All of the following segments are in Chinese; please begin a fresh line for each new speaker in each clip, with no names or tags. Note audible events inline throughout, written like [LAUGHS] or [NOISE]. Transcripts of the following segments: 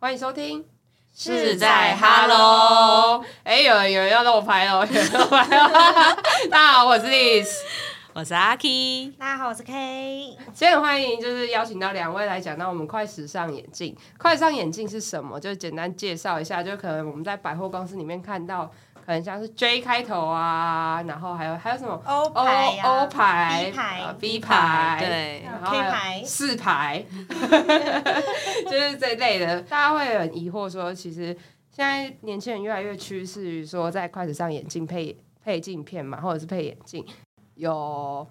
欢迎收听。
是在 Hello
哎、有人有人要漏拍了，有 [LAUGHS] 人漏拍了。大家好，我是 Liz，
我是阿 K，
大家好，我是 K。
今天很欢迎就是邀请到两位来讲到我们快时尚眼镜。快时尚眼镜是什么？就简单介绍一下，就可能我们在百货公司里面看到，可能像是 J 开头啊，然后还有还有什么
哦
O
O
牌啊
O 牌、
B 牌
呃 B 牌，
对，
然后
嗯 K
还
牌
有四排， [LAUGHS] 就是这类的，大家会很疑惑说，其实现在年轻人越来越趋势于说，在筷子上眼镜配配镜片嘛，或者是配眼镜，有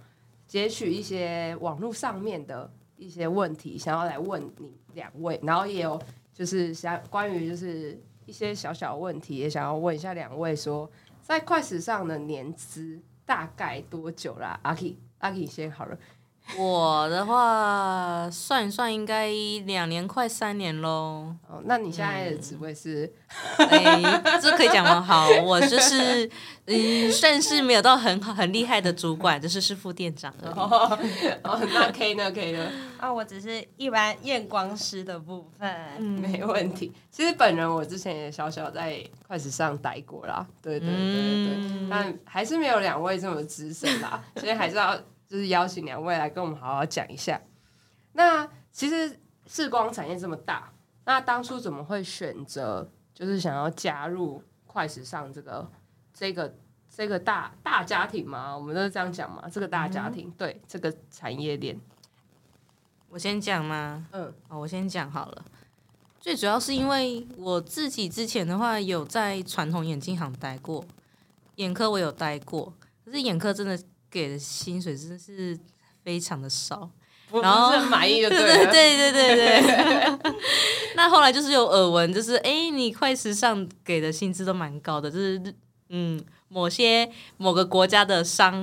截取一些网络上面的一些问题，想要来问你两位，然后也有就是想关于就是一些小小问题，也想要问一下两位说，在快时尚的年资大概多久啦？阿 K 阿 K 先好了。。
我的话算一算应该两年快三年
[LAUGHS]
喽
哦，那你现在的职位是、
哎、这可以讲吗？好，我就是嗯，算是没有到很好很厉害的主管，就是是副店长而已。
[LAUGHS] 哦，哦，那 K 呢？K 呢？
啊，我只是一般验光师的部分。
[LAUGHS] 没问题。其实本人我之前也小小在快时尚待过啦，对对对对对，
嗯
但还是没有两位这么资深啦，所以还是要就是邀请两位来跟我们好好讲一下。那其实视光产业这么大，那当初怎么会选择就是想要加入快时尚这个这个这个大大家庭吗？我们都是这样讲嘛，这个大家庭、对这个产业链，
我先讲吗？
嗯，
好，我先讲好了。最主要是因为我自己之前的话有在传统眼镜行待过，眼科我有待过，可是眼科真的给的薪水真的是非常的少。
不
然后
不是很满意 [LAUGHS] 就
对
了。
对对对对。
[LAUGHS]
那后来就是有耳闻，就是哎、诶你快时尚给的薪资都蛮高的，就是嗯，某些某个国家的商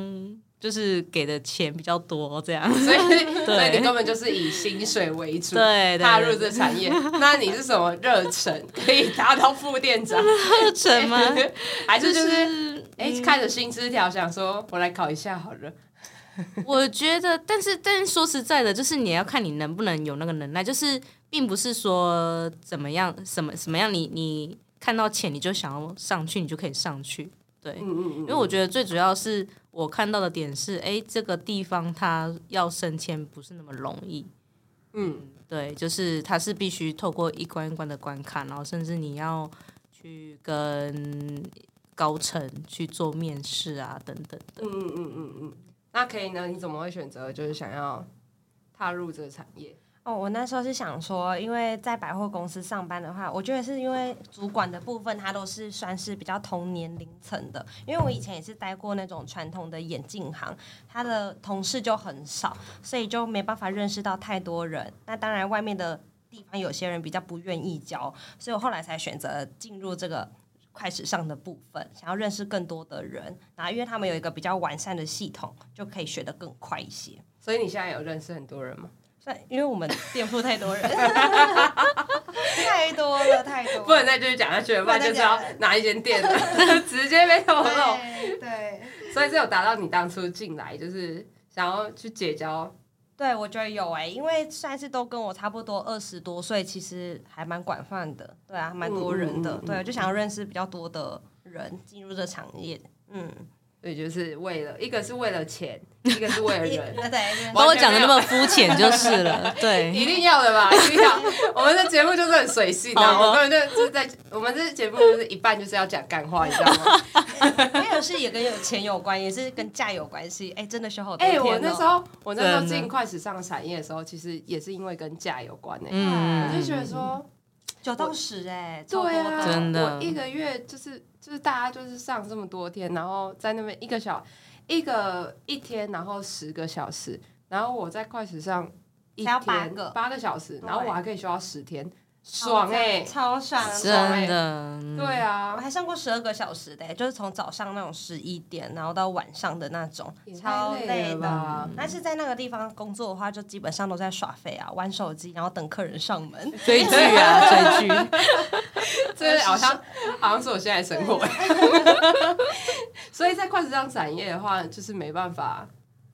就是给的钱比较多，这
[LAUGHS]
样。 [LAUGHS]
所以，所以你根本就是以薪水为主，
对对对
踏入这产业。那你是什么热忱可以达到副店长？
课程吗？
还是 [LAUGHS] 就
就是嗯
哎、
是
看着薪资条想说，我来考一下好了。
我觉得，但是但是说实在的，就是你要看你能不能有那个能耐，就是并不是说怎么样什么什么样你，你看到钱你就想要上去，你就可以上去。对，
嗯嗯嗯，
因为我觉得最主要是我看到的点是，哎，这个地方它要升迁不是那么容易。
嗯，
对，就是它是必须透过一关一关的关卡，然后甚至你要去跟高层去做面试啊，等等的。
嗯嗯嗯嗯嗯。那可以呢？你怎么会选择就是想要踏入这个产业？
哦，我那时候是想说，因为在百货公司上班的话，我觉得是因为主管的部分，他都是算是比较同年龄层的。因为我以前也是待过那种传统的眼镜行，他的同事就很少，所以就没办法认识到太多人。那当然，外面的地方有些人比较不愿意交，所以我后来才选择进入这个。快时尚的部分，想要认识更多的人，然后因为他们有一个比较完善的系统，就可以学得更快一些。
所以你现在有认识很多人吗？
算，因为我们店铺
[LAUGHS]
太多人，太多了，太多了。
不能再继续讲下去了，不然就知道哪一间店了， [LAUGHS] 直接被透露。
对对
所以这有达到你当初进来就是想要去结交
[LAUGHS] 对，我觉得有哎、因为算是都跟我差不多二十多岁，其实还蛮广泛的，对啊，还蛮多人的，
嗯嗯嗯嗯
对，就想要认识比较多的人进入这产业，
[LAUGHS]
嗯，
对，就是为了一个是为了钱，一个是为了
一 [LAUGHS]
人，
对对
把我讲的那么肤浅就是
[LAUGHS]
了，
一
对，
定要的吧？一定要。我们的节目就是很随性的、啊，
好
我
啊
根本就就是在我们这节目就是一半就是要讲干话，你知道
[LAUGHS]
吗？
对，还有是也跟有钱有关，也是跟价有关系，哎、真的学好多
哎、
天、哦。
我那时候我那时候
真的
进快时尚产业的时候，其实也是因为跟价有关诶、
嗯，
我就觉得说，
九到十哎、超
对
多
啊，
的
真的
我一个月就是就是大家就是上这么多天，然后在那边一个小一个一天，然后十个小时，然后我在快时尚一
才要
天
八个
八个小时，
对
然后我还可以休到十天，爽哎、
超爽的，
真的，
对
我
啊，
还上过十二个小时的欸、就是从早上那种十一点，然后到晚上的那种
也，
嗯超
太累
累
了
的。
吧？
但是在那个地方工作的话，就基本上都在耍废啊，玩手机，然后等客人上门。
欸
追剧啊，追剧。
[LAUGHS] 这好像好像是我现在的生活。 [LAUGHS] 所以在快时尚产业的话，就是没办法，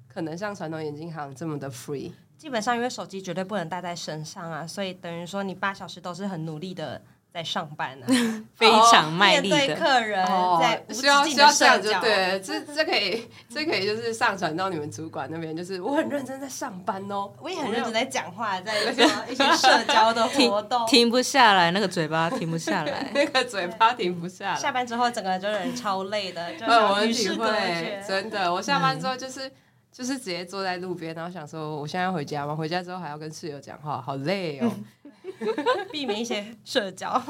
可能像传统眼镜行这么的 free。
基本上因为手机绝对不能带在身上啊，所以等于说你八小时都是很努力的在上班啊，
非常 [LAUGHS] 卖力
面对
的。哦
客人，呃在无止
哦需要
境
需
的
要这
社
样就
交。
对了，这这可以这可以就是上传到你们主管那边，就是我很认真在上班哦，
我也很认真在讲话，在做一些社交的
[LAUGHS]
活动。
停不下来，那个嘴巴停不下来。
[LAUGHS] 那个嘴巴停不下来。
下班之后，整个就人超累的，就
[LAUGHS] 呃，我
想
很
与
体
世隔
会，
绝。
真的。我下
嗯
班之后就是、就是直接坐在路边，然后想说我现在要回家吗？回家之后还要跟室友讲话，好累
[LAUGHS]
哦，
避免一些社交，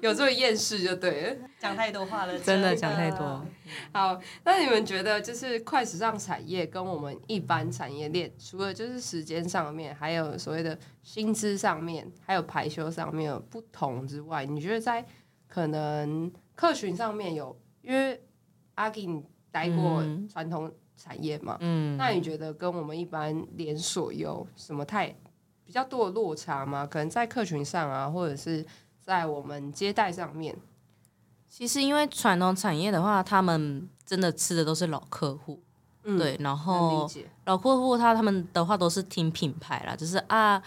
有这么厌世就对了。
讲太多话了，
真的讲太多。
好，那你们觉得就是快时尚产业跟我们一般产业链，除了就是时间上面，还有所谓的薪资上面，还有排休上面有不同之外，你觉得在可能客群上面有，因为阿 K 你待过
嗯
传统产业嘛，
嗯，
那你觉得跟我们一般连锁有什么太比较多的落差吗？可能在客群上啊，或者是在我们接待上面，
其实因为传统产业的话，他们真的吃的都是老客户，
嗯，
对，然
能理
后
解，
老客户他他们的话都是听品牌啦，就是啊。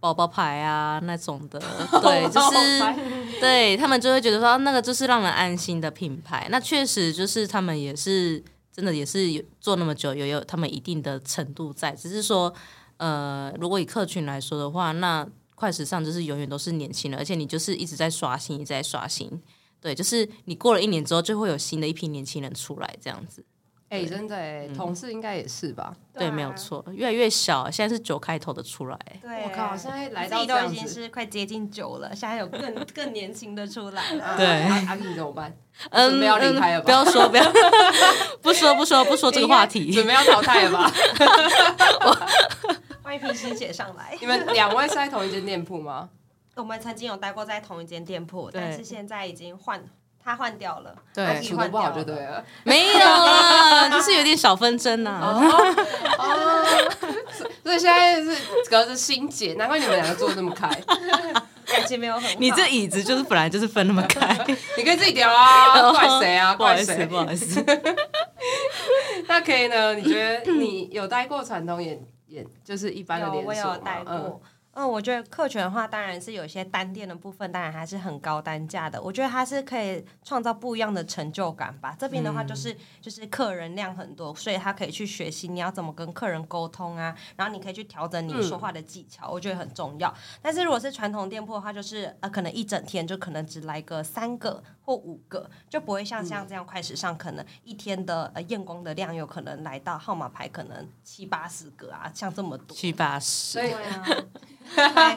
宝宝牌啊，那种的，对，就是对他们就会觉得说，啊那个就是让人安心的品牌。那确实就是他们也是真的也是有做那么久，也有他们一定的程度在。只是说，呃，如果以客群来说的话，那快时尚就是永远都是年轻人，而且你就是一直在刷新，一直在刷新。对，就是你过了一年之后，就会有新的一批年轻人出来，这样子。
哎、真的哎、
嗯
同事应该也是吧？
对，
啊
没有。错，越来越小，现在是九开头的出来。
对，
我靠现在来
自
到
己
这
都
样
已经
子
是快接近九了，现在
[LAUGHS]
有更更年轻的出来了。
对
啊阿 K 怎么办？
嗯，
准备要离开了
嗯
吧
不要说，不要， [LAUGHS] 不说，不说，不说 [LAUGHS] 这个话题
准。备要淘汰了吧？ [LAUGHS]
换一批新血上来。
你们两位是在同一间店铺吗？
我们曾经有待过在同一间店铺，
对
但是现在已经换，他换掉了，
对
他自己
处的
换
不
掉
好
了
就对。了。
没有啦，就是有点小纷争啊呐。
哦， [LAUGHS] 所以现在是隔着心结，难怪你们两个坐这么开。
感情没有很好。
你这椅子就是本来就是分那么
[LAUGHS]
开，
你可以自己聊
[LAUGHS]
啊，怪谁啊？
不好
怪
意思，
谁
不？好意思。
[LAUGHS] 那可以呢？你觉得你有待过传统演演，就是一般的
有
连
我
锁吗
有带过。嗯，我觉得客群的话，当然是有些单店的部分，当然还是很高单价的。我觉得它是可以创造不一样的成就感吧。这边的话，就是、
嗯
就是客人量很多，所以他可以去学习你要怎么跟客人沟通啊，然后你可以去调整你
嗯
说话的技巧，我觉得很重要。但是如果是传统店铺的话，就是呃，可能一整天就可能只来个三个或五个，就不会像像
嗯
这样快时尚，可能一天的呃验光的量有可能来到号码牌可能七八十个啊，像这么多。
七八十
所，以
对啊，太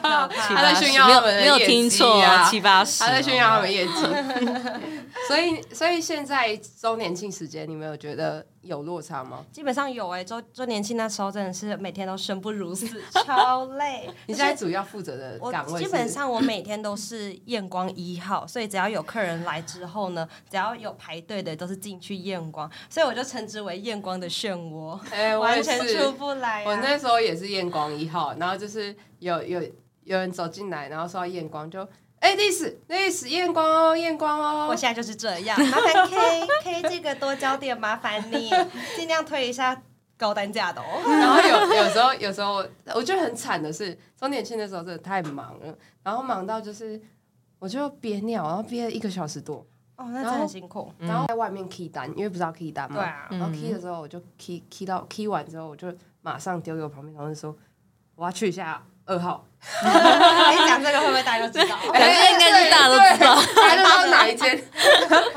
[LAUGHS] 他
七
可怕
在
八
了。
十
炫耀
没有
他们的
没有
业
听
绩
错
啊
七八十哦。
他在炫耀他们业绩。 [LAUGHS] 所以，所以现在周年庆时间，你们有觉得有落差吗？
基本上有哎、周周年庆那时候真的是每天都生不如死，
[LAUGHS]
超累。
你现在主要负责的
我
岗位
基
是
本上我每天都是验光一号，所以只要有客人来之后呢，只要有排队的都是进去验光，所以我就称之为验光的漩涡，
哎、我也
完全
是，
出不来、啊。
我那时候也是验光一号，然后就是有有有人走进来，然后说要验光，就哎历史历史验光哦验光
我
哦，
现在就是这
[LAUGHS]
样，麻烦 K K 这个多交点，麻烦你尽量推一下高单价的哦。
然后有有时候有时候我觉得很惨的是，周年庆的时候真的太忙了，然后忙到就是我就憋尿，然后憋了一个小时多，
哦，那真的很辛苦。
然后在外面 key 单，因为不知道 key 单嘛，
对啊，
然后 key 的时候，我就 key key 到 key 完之后，我就马上丢给我旁边同事说，我要去一下二号，
哎，讲这个会不会大家就
[LAUGHS]
知道？
哎反正应该是大家都知道
对，大家都知道哪一
[LAUGHS]
间。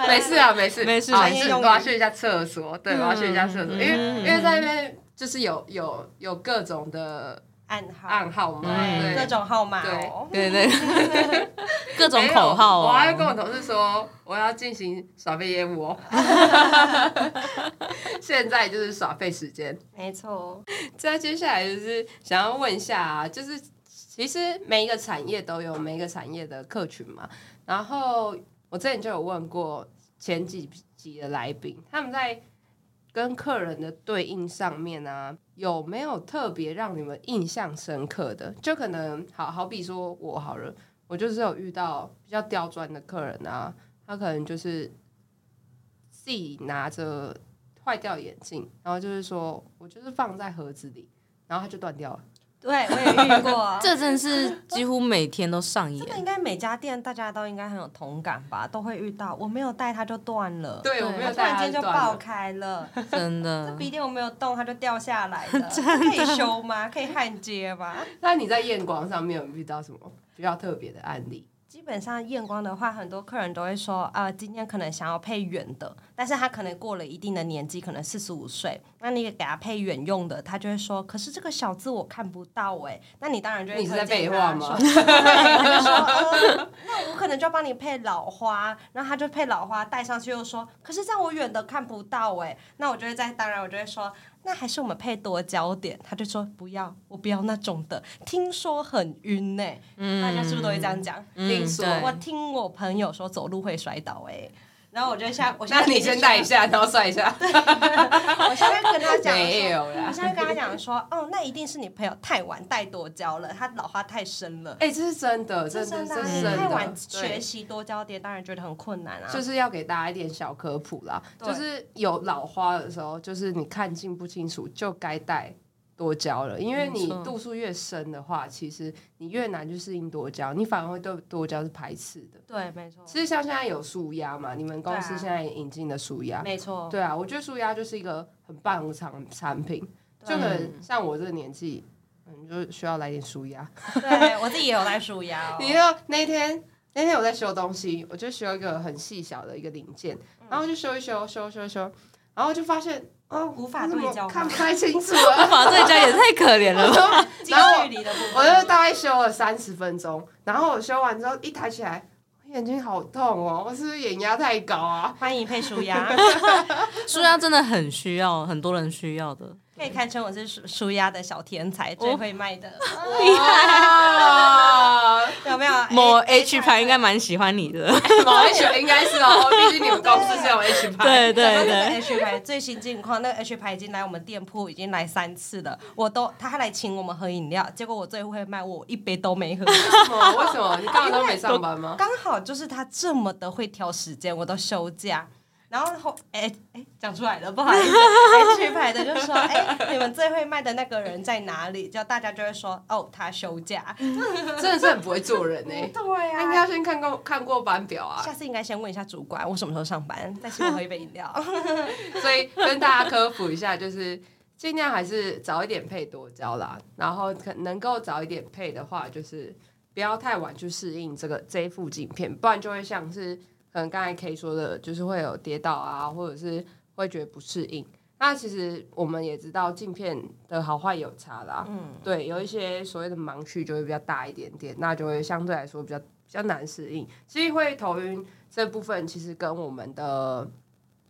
没事啊，没事，
没事
好
没
就
事
是我要去一下厕所，对，我要去一下厕所，因为
嗯
因为在那边就是有有有各种的
暗号，
暗号嘛，
对
各
对。
种号码哦。
对对，
[LAUGHS]
各种
没有
口号哦。，
我还跟我同事说我要进行耍废业务哦。 [LAUGHS] 现在就是耍废时间。
没错，
[LAUGHS] 再啊接下来就是想要问一下、啊，就是其实每一个产业都有每一个产业的客群嘛。然后我之前就有问过前几集的来宾，他们在跟客人的对应上面啊，有没有特别让你们印象深刻的？就可能好好比说我好了，我就是有遇到比较刁钻的客人啊，他可能就是自己拿着坏掉眼镜，然后就是说我就是放在盒子里，然后它就断掉了。
对我也遇
[LAUGHS]
过
这真的是几乎每天都上
这个
演。
应该每家店大家都应该很有同感吧，都会遇到。我没有带它就断了，
对，
对
我没
它
有
突
带
然
它
间就
断了
爆开了。 [LAUGHS]
真
这
[LAUGHS]
的，
笔电我没有动，它就掉下来了。这可以修吗？可以焊接吗？
那你在验光上面有遇到什么比较特别的案例？
基本上验光的话，很多客人都会说啊、今天可能想要配远的，但是他可能过了一定的年纪，可能四十五岁，那你给他配远用的，他就会说，可是这个小字我看不到哎、那你当然就会
你是在
推荐
废
他
话吗
说对他就说、呃那我可能就帮你配老花，然后他就配老花戴上去又说，可是这样我远的看不到哎、那我就会在，当然我就会说。那还是我们配多焦点，他就说不要，我不要那种的，听说很晕呢、欸
嗯
大家是不是都会这样讲？
听说
嗯对
我听我朋友说走路会摔倒哎、然后我就
[LAUGHS]
下我下
[LAUGHS] 那你先带一，下，然后算一下。
我现在跟他讲
没
说，
有
我
啦。
现在跟他讲说，哦，那一定是你朋友太晚带多交了，他老花太深了。
哎、这是真的，这
这
是这
真
是真的。
的啊，你太晚学
对
习多交叠，当然觉得很困难啊。
就是要给大家一点小科普啦，
对
就是有老花的时候，就是你看清不清楚就该戴多焦了，因为
没
你
错
度数越深的话，其实你越难去适应多焦，你反而会对多焦是排斥的。
对，没错，
其实像现在有舒压嘛，你们公司
哦对啊
现在也引进了舒压，
没错，
对啊，我觉得舒压就是一个很棒的产产品，就
对
可能像我这个年纪，嗯，就需要来点舒压。
对我自己也有在数腰。
[LAUGHS] 你知道那天那天我在修东西，我就修一个很细小的一个零件，
嗯
然后就修一修修修修，然后就发现哦，
无法
我怎么
对焦吗
看不太清楚了。 [LAUGHS]
哇，这家也太可怜了吧。
近
然后
距离的部分，
我就大概修了三十分钟，然后我修完之后一抬起来，我眼睛好痛哦，我是不是眼压太高
[LAUGHS]
啊？ [LAUGHS]
欢迎配数压，
舒压真的很需要，很多人需要的。
可以堪称我是数数压的小天才，
哦
最会卖的， [LAUGHS]
厉害！
有哎没有？
某 H 牌应该蛮喜欢你的，
某 H 应该是哦， [LAUGHS] 毕竟你们公司是有 H 牌。
[LAUGHS] 对
哎
对
讲到那个
对，
H 牌最新近况，那个 H 牌已经来我们店铺已经来三次了，我都他还来请我们喝饮料，结果我最会卖，我一杯都没
[LAUGHS]
喝。
为什么？为什么？你刚刚都没上班吗？
刚好就是他这么的会挑时间，我都休假。然后后哎哎讲出来了，不好意思，H 牌的就说哎、你们最会卖的那个人在哪里？就大家就会说哦他休假。
嗯真的是很不会做人哎、
对啊
他应该要先看过看过班表啊，
下次应该先问一下主管我什么时候上班，再请我喝一杯饮
[LAUGHS]
料。
所以跟大家科普一下，就是尽量还是早一点配多焦啦，然后可能够早一点配的话，就是不要太晚去适应这个这一副镜片，不然就会像是可能刚才 K 说的，就是会有跌倒啊，或者是会觉得不适应。那其实我们也知道镜片的好坏有差啦，
嗯，
对，有一些所谓的盲区就会比较大一点点，那就会相对来说比较比较难适应。其实会头晕这部分，其实跟我们的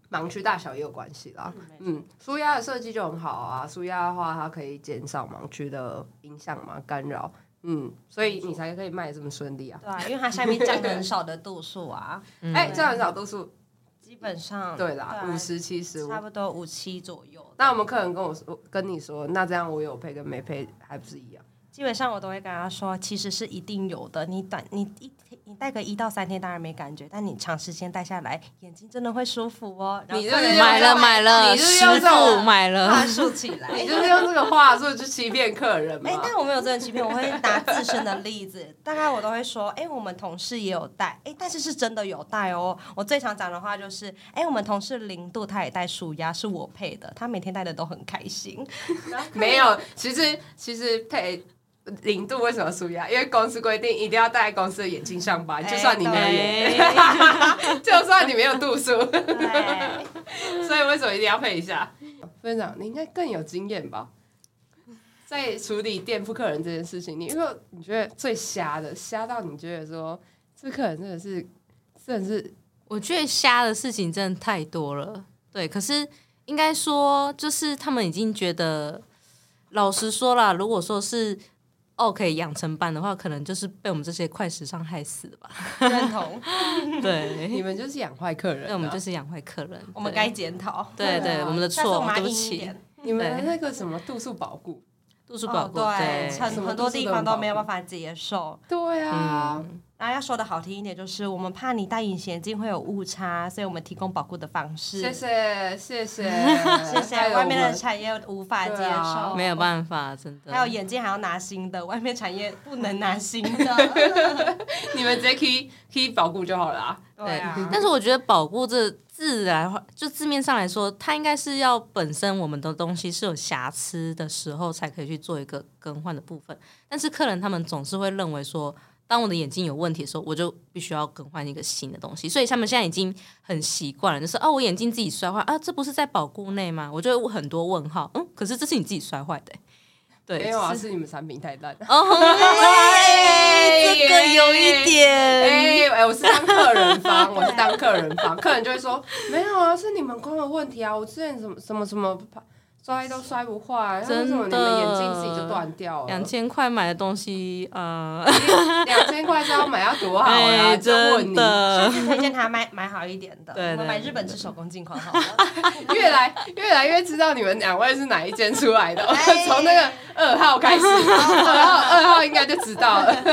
盲区大小也有关系啦。嗯，舒压的设计就很好啊，舒压的话它可以减少盲区的影响嘛，干扰。嗯，所以你才可以卖得这么顺利啊！
对啊，因为它下面降得很少的度数啊，
哎、这样很少度数，
基本上
对啦，
啊
五十七十五
差。不多五七左右。
那我们客人跟我说，跟你说，那这样我有配跟没配还不是一样？
基本上我都会跟他说，其实是一定有的。你短你一你戴个一到三天当然没感觉，但你长时间戴下来，眼睛真的会舒服哦。然后
你这
客
个
人
买了买了，
你是
师
用这种
傅买
话
了，
术起来。
你就是用这个话术去欺骗客人嘛？
哎、但我没有这种欺骗，我会拿自身的例子，大概我都会说，哎、我们同事也有戴，哎、但是是真的有戴哦。我最常讲的话就是，哎、我们同事零度他也戴舒压，是我配的，他每天戴的都很开心。
没有，其实其实配零度为什么输压？因为公司规定一定要戴公司的眼镜上班，
哎
就
哦
算你没有眼， [LAUGHS] 就算你没有度数，
[LAUGHS]
对。
[LAUGHS] 所以为什么一定要配一下？分长，你应该更有经验吧？在处理店铺客人这件事情，你如果你觉得最瞎的，瞎到你觉得说这客人真的是，真的是
我觉得瞎的事情真的太多了。对，可是应该说，就是他们已经觉得，老实说啦，如果说是 OK 养成班的话，可能就是被我们这些快时尚害死的吧。
认
[LAUGHS]
同，
你
[LAUGHS]
对，
们就是养坏客人、啊，
那我们就是养坏客人，
嗯啊我们
对
该检讨。
对对我们的
[LAUGHS] 下次
错
我们要
对不
硬一
起
点
你们那个什么度数保护，
度数宝
哦
宝
对，
什
很
么
很
都
多
是
地
都
方
很
都
保
没有
护
办法接受。
对啊，
嗯
然后要说的好听一点，就是我们怕你戴隐形眼镜会有误差，所以我们提供保护的方式。
谢谢谢 [LAUGHS] 谢
谢谢
还有
外面
我
的
们
产业无法接
对啊
受，
没有办法，真的。
哦还有眼镜还要拿新的，外面产业不能拿新
[LAUGHS]
的。
[LAUGHS] 你们直接 key key 保护就好了啊。
对 [LAUGHS] 啊，
但是我觉得保护这自然化，就字面上来说，它应该是要本身我们的东西是有瑕疵的时候，才可以去做一个更换的部分。但是客人他们总是会认为说，当我的眼睛有问题的时候，我就必须要更换一个新的东西。所以他们现在已经很习惯了，就是哦，我眼睛自己摔坏啊，这不是在保固内吗？我就有很多问号，嗯，可是这是你自己摔坏的欸、对，
没有啊，
是
是你们产品太烂。
哦，
[LAUGHS]
哎这个有一点，
哎、哎，我是当客人方，
[LAUGHS]
我是当客人方，客人就会说没有啊，是你们光的问题啊，我之前什么什么什么摔都摔不坏，那为什么你们眼镜自己就断掉了？
两千块买的东西，呃。
两千块是要买要多好呀、
[LAUGHS] 哎，
就问
真
你，
下
的，
次推荐他买买好一点的，
对
我们
对
买
对
日本制手工镜框好了。
[LAUGHS]
越来越来越知道你们两位是哪一间出来
[LAUGHS]
的，
哎
从那个二号开始，二号二号应该就知道了。
[LAUGHS]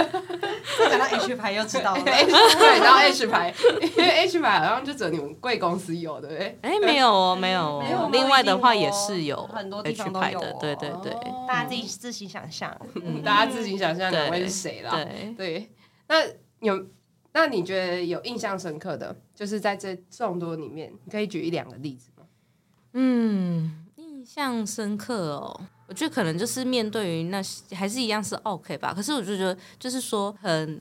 讲到 H 牌又知道了。
H 牌，然后 H 牌，因为 H 牌好像就只有你们贵公司有，对不对？
哎，没有哦，没有
没有
哦
吗。
另外的话也是有
很多地
H
方都
牌
有
的
哦，
对对对
大家自己自行想象，
嗯，大家自己想象两位是谁
啊
啦。
对。
对，那有，那你觉得有印象深刻的，就是在这众多里面，你可以举一两个例子吗？
嗯，印象深刻哦。我觉得可能就是面对于那些还是一样是 OK 吧，可是我就觉得就是说很。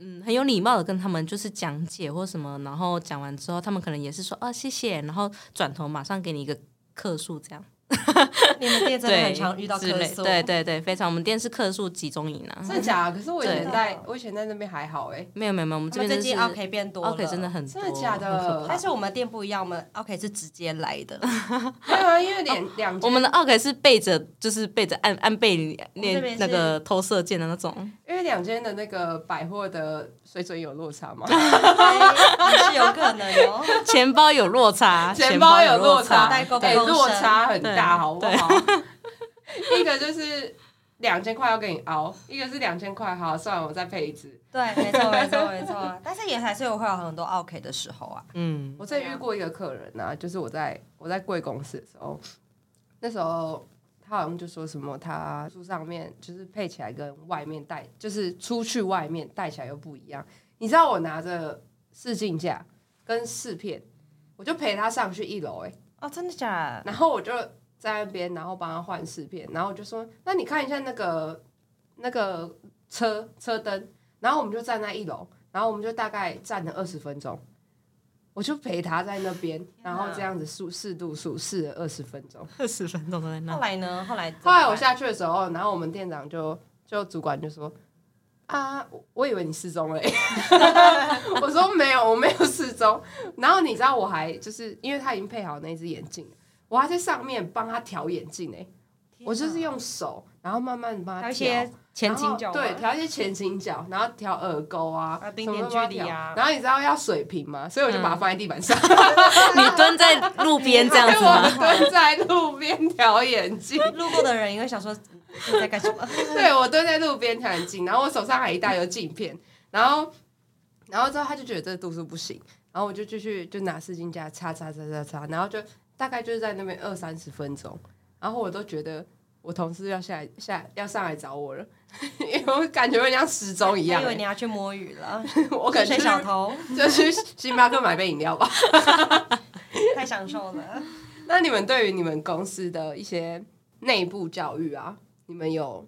嗯，很有礼貌的跟他们就是讲解或什么，然后讲完之后，他们可能也是说啊谢谢，然后转头马上给你一个客数这样，
你们店真的
对，
很常遇到
之
客
类
诉，
对对对，非常，我们店是客数集中营啊，
嗯真的假的？可是我以前
对
在，我以前在那边还好哎、
没有没有没有，我们
他
这
们
边就是
最近 OK 变多了
OK 真的很多，
真的假的
很可怕
但是我们店不一样，我们 OK 是直接来
[LAUGHS]
的，
没有啊，因为两两
我
间，
们的 OK 是背着，就是背着按按背
这边
练
是
那个偷射箭的那种，
因为两间的那个百货的水准有落差嘛。
也是有可能
[LAUGHS]
哦。
钱包有落差，
钱
包
包有落
差
差，
代购
对
不够
落
深
差很大，
对
好不好？ [LAUGHS] 一个就是两千块要给你熬，一个是两千块，好，算了，我再配一支。
对，没错没错没错，但是也还是有会有很多 OK 的时候啊。
嗯，
我曾遇过一个客人啊，就是我在我在贵公司的时候，那时候他好像就说什么，他书上面就是配起来跟外面戴，就是出去外面戴起来又不一样。你知道我拿着试镜架跟试片，我就陪他上去一楼、欸，
哦，真的假的？
然后我就在那边，然后帮他换饰片，然后我就说：“那你看一下那个那个车车灯。”然后我们就站在一楼，然后我们就大概站了二十分钟，我就陪他在那边，
哪
然后这样子数适度数试了二十分钟。
[LAUGHS] 二十分钟都在
后
那，
来呢？后来
后来我下去的时候，然后我们店长就就主管就说。啊，我我以为你失踪了、欸， [LAUGHS] 我说没有，我没有失踪。然后你知道我还就是因为他已经配好那只眼镜了，我还在上面帮他调眼镜哎、我就是用手，然后慢慢帮
还有
他
一些前倾角
然
嘛，
后对，调一些前倾角，然后调耳沟啊，
啊
什
冰
么
点
都帮他
距离啊嗯
调然后你知道要水平嘛，所以我就把它放在地板上，
你蹲在路边这样
[LAUGHS]
子
我
吗？
蹲在路边调眼镜。
路过的人因为想说你在干什
[LAUGHS]
么，
对我蹲在路边调眼镜，然后我手上还一大有镜片，然后然后之后他就觉得这个度数不行，然后我就继续就拿湿巾夹擦擦擦擦擦，然后就大概就是在那边二三十分钟，然后我都觉得我同事要下来下要上来找我了， [LAUGHS] 因为我感觉我像失踪一
他
样
以为你
欸，
要去摸鱼了，
我可能
水
就
小
是
偷，
就去星巴克买杯饮料吧。 [LAUGHS]
太享受了。
那你们对于你们公司的一些内部教育啊，你们有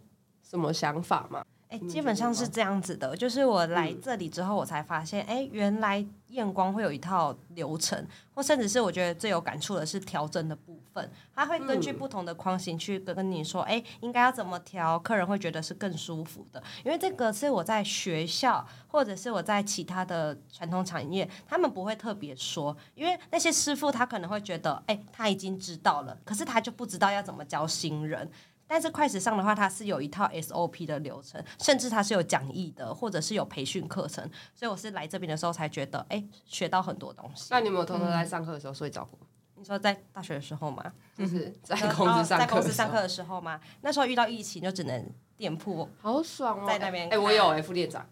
什么想法吗？
哎、
你们
基
觉
本
得
上
吗
是这样子的，就是我来
嗯
这里之后，我才发现，哎、原来验光会有一套流程，或甚至是我觉得最有感触的是调整的部分，它会根据
嗯
不同的框型去跟跟你说，哎、应该要怎么调，客人会觉得是更舒服的，因为这个是我在学校或者是我在其他的传统产业，他们不会特别说，因为那些师傅他可能会觉得，哎、他已经知道了，可是他就不知道要怎么教新人，但是快时尚的话，它是有一套 SOP 的流程，甚至它是有讲义的，或者是有培训课程。所以我是来这边的时候才觉得，哎、学到很多东西
那。你们有偷偷在上课的时候睡着过？
你说在大学的时候吗？
就是哦在
然后
公司上课的时候、
在公司上课的时候吗？那时候遇到疫情，就只能店铺
好爽哦！
在那边
哎、我有哎、副店长，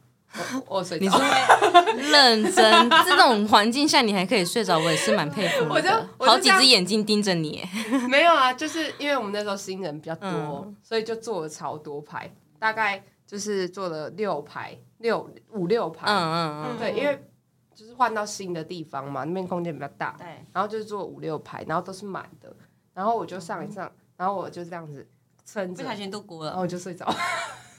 我我睡
你
着
说
了。
认真，这种环境下你还可以睡着，我也是蛮佩服你
我就
的。
我就
好几
这样
只眼睛盯着你，
没有啊，就是因为我们那时候新人比较多，
嗯
所以就做了超多排，大概就是做了六排，六五六排。
嗯嗯
对，因为就是换到新的地方嘛，那边空间比较大，
对，
然后就是做五六排，然后都是满的，然后我就上一上，然后我就这样子撑
不
着，
小心度过
然后
了。
我就睡着。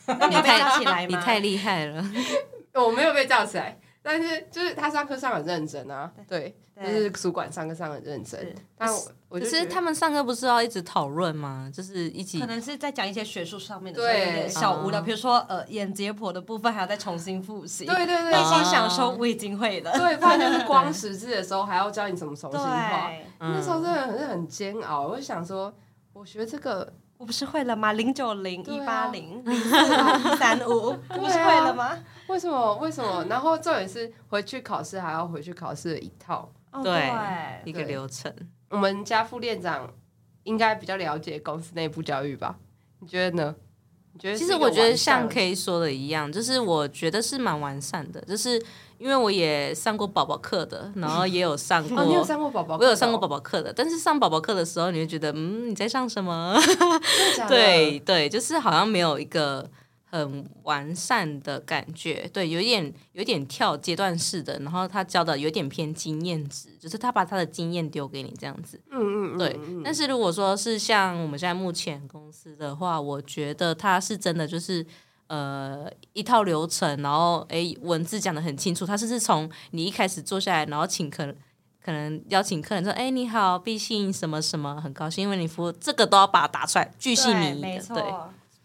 那你有
你太
被叫起来
嗯，你
吗？
太厉害了。
[LAUGHS] 我没有被叫起来，但是就是他上课上得很认真啊，对，
对
就是主管上课上得很认真
是，
但我我
可
就是觉得
他们上课不是要一直讨论吗？就是一起
可能是在讲一些学术上面的时候
对
有点小无聊，
哦
比如说呃眼解剖的部分还要再重新复习。
对对对
内
啊
心想说我已经会了。
对，不然就是光识字的时候还要教你怎么重
对
新，画。
嗯
那时候真的很很煎熬，我就想说，我学这个，
我不是会了吗？零九零
对
一
啊
八零零四零三
[LAUGHS]
五，我不是会了吗？
为什么为什么？然后重点是回去考试还要回去考试的一套。
哦
对
啊
对
一个流程。
我们家副店长应该比较了解公司内部教育吧？你觉得呢？你觉得？
其实我觉得像
以，
K 说的一样，就是我觉得是蛮完善的，就是因为我也上过宝宝课的，然后也有上过，
哦，你有上过宝宝？哦
我有上过宝，宝课的，但是上宝宝课的时候，你会觉得，嗯，你在上什
[LAUGHS]
么？
真的假的嗯
对对，就是好像没有一个很完善的感觉，对，有一点有一点跳阶段式的，然后他教的有点偏经验值，就是他把他的经验丢给你这样子。
嗯嗯嗯，
对
嗯，
但是如果说是像我们现在目前公司的话，我觉得它是真的就是呃一套流程，然后诶文字讲的很清楚，它甚至从你一开始坐下来，然后请客人。可能邀请客人说：“哎，你好，毕信什么什么，很高兴为你服务。”这个都要把它打出来，巨细靡
没
遗的。
错
对，。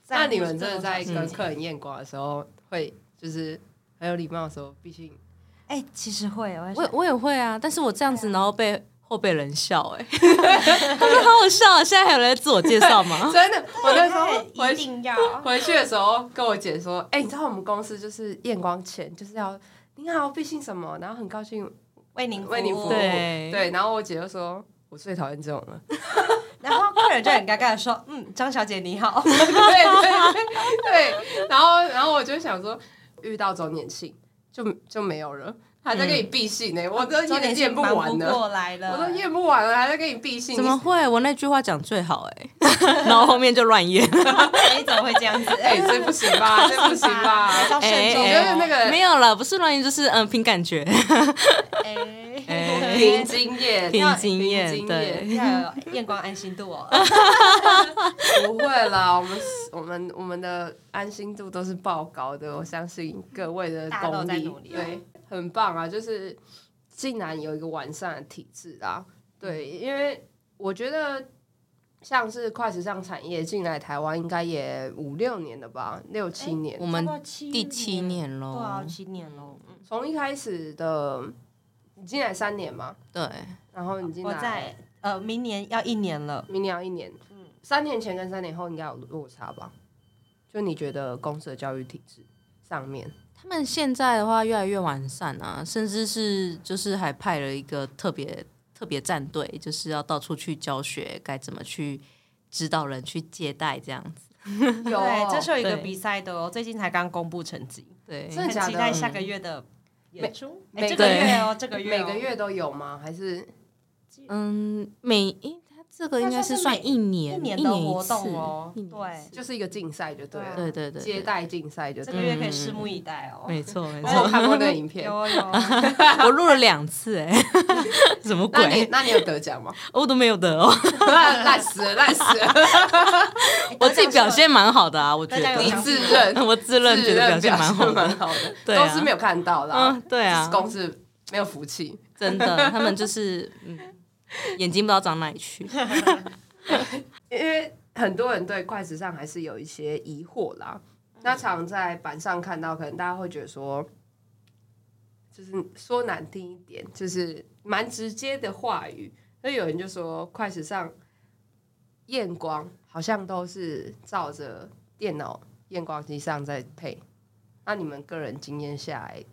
那你们真的在
在乎这种
跟
事情
客人验光的时候，会就是很有礼貌的时候，毕竟
哎，其实会，我也
我我也会啊，但是我这样子，然后被 [LAUGHS] 后被人笑、哎，他们好好笑啊！现在还有人自我介绍吗？
真的，我那时候
啊一
回
定要
回去的时候跟我姐说，哎、你知道我们公司就是验光前就是要您好，毕竟什么，然后很高兴
为您
为你服务，
对
对，然后我姐就说，我最讨厌这种了， [LAUGHS]
然后客人就很尴尬的说：“嗯，张小姐
[LAUGHS]
你好。
对对对对，然后然后我就想说，遇到周年庆就就没有了，还在跟你避信呢、我真
嗯哦周
的
年
验
庆
不
忙
完
不
呢，
过来了，哎
我都验不完了，还在跟你避信，
[LAUGHS] 怎么会？我那句话讲最好哎、然后后面就乱 [LAUGHS] 演。
你怎么会这样子？
[LAUGHS] 哎、这不行
[LAUGHS]
吧，这不行吧，
要慎
哎
重。
我觉得那个
没有了，不是乱演，就是嗯，凭感觉，
哎
哎
凭经验，
凭
要
经验
凭经
对
要有验光安心
[LAUGHS]
度哦。
不会啦，我们我们我们的安心度都是爆高的，我相信各位的
大家
动
都在
力
努力啊
对，很棒啊！就是竟然有一个完善的体制啊，对，因为我觉得像是快时尚产业进来台湾，应该也五六年了吧，六七年
我，们
差不多七
第七年
哦
对啊
咯，，
七年喽。嗯
从一开始的你进来三年嘛，
对，啊
然后你进
我
来
在呃明年要一年了。
明年要一年，
嗯
三年前跟三年后应该有落差吧？就你觉得公司的教育体制上面？
他们现在的话越来越完善啊，甚至是就是还派了一个特别特别战队，就是要到处去教学该怎么去指导人去接待这样子，
有哦、
对，这是有一个
对
比赛的哦，最近才刚公布成绩，
对，
真的
很
假
期
的
待下个月的演出。
每
哎，这个
对
月哦，这个月
每
哦
个月都有吗？还是
嗯，每诶，他这个应该是算一
一
年
年
一
的
年一
活
次
动哦，
一年
对，
就是一个竞赛就对了，
对对对，
接
对
待竞赛就
这
对
个
了。
月可以拭目以待哦。
没错没
我有
错，
看过嗯那个影片
有，
[LAUGHS]
哦有哦，
我录了两次哎、什么
那你
鬼？
那你有得奖吗？
我都没有得哦，
烂死了，烂死了，
我自己表现蛮好的啊，我觉
大家有
你
得。
自认
[LAUGHS] 我自认觉得表现蛮好
蛮
的，
好的，
对啊
公司没有看到啦，
嗯，对
这
啊
是，公司没有福气。
真的，他们就是嗯，眼睛不知道长哪里去，
因为很多人对快时尚还是有一些疑惑啦。那常在板上看到，可能大家会觉得说，就是说难听一点，就是蛮直接的话语。那有人就说，快时尚验光好像都是照着电脑验光机上在配。那你们个人经验下来，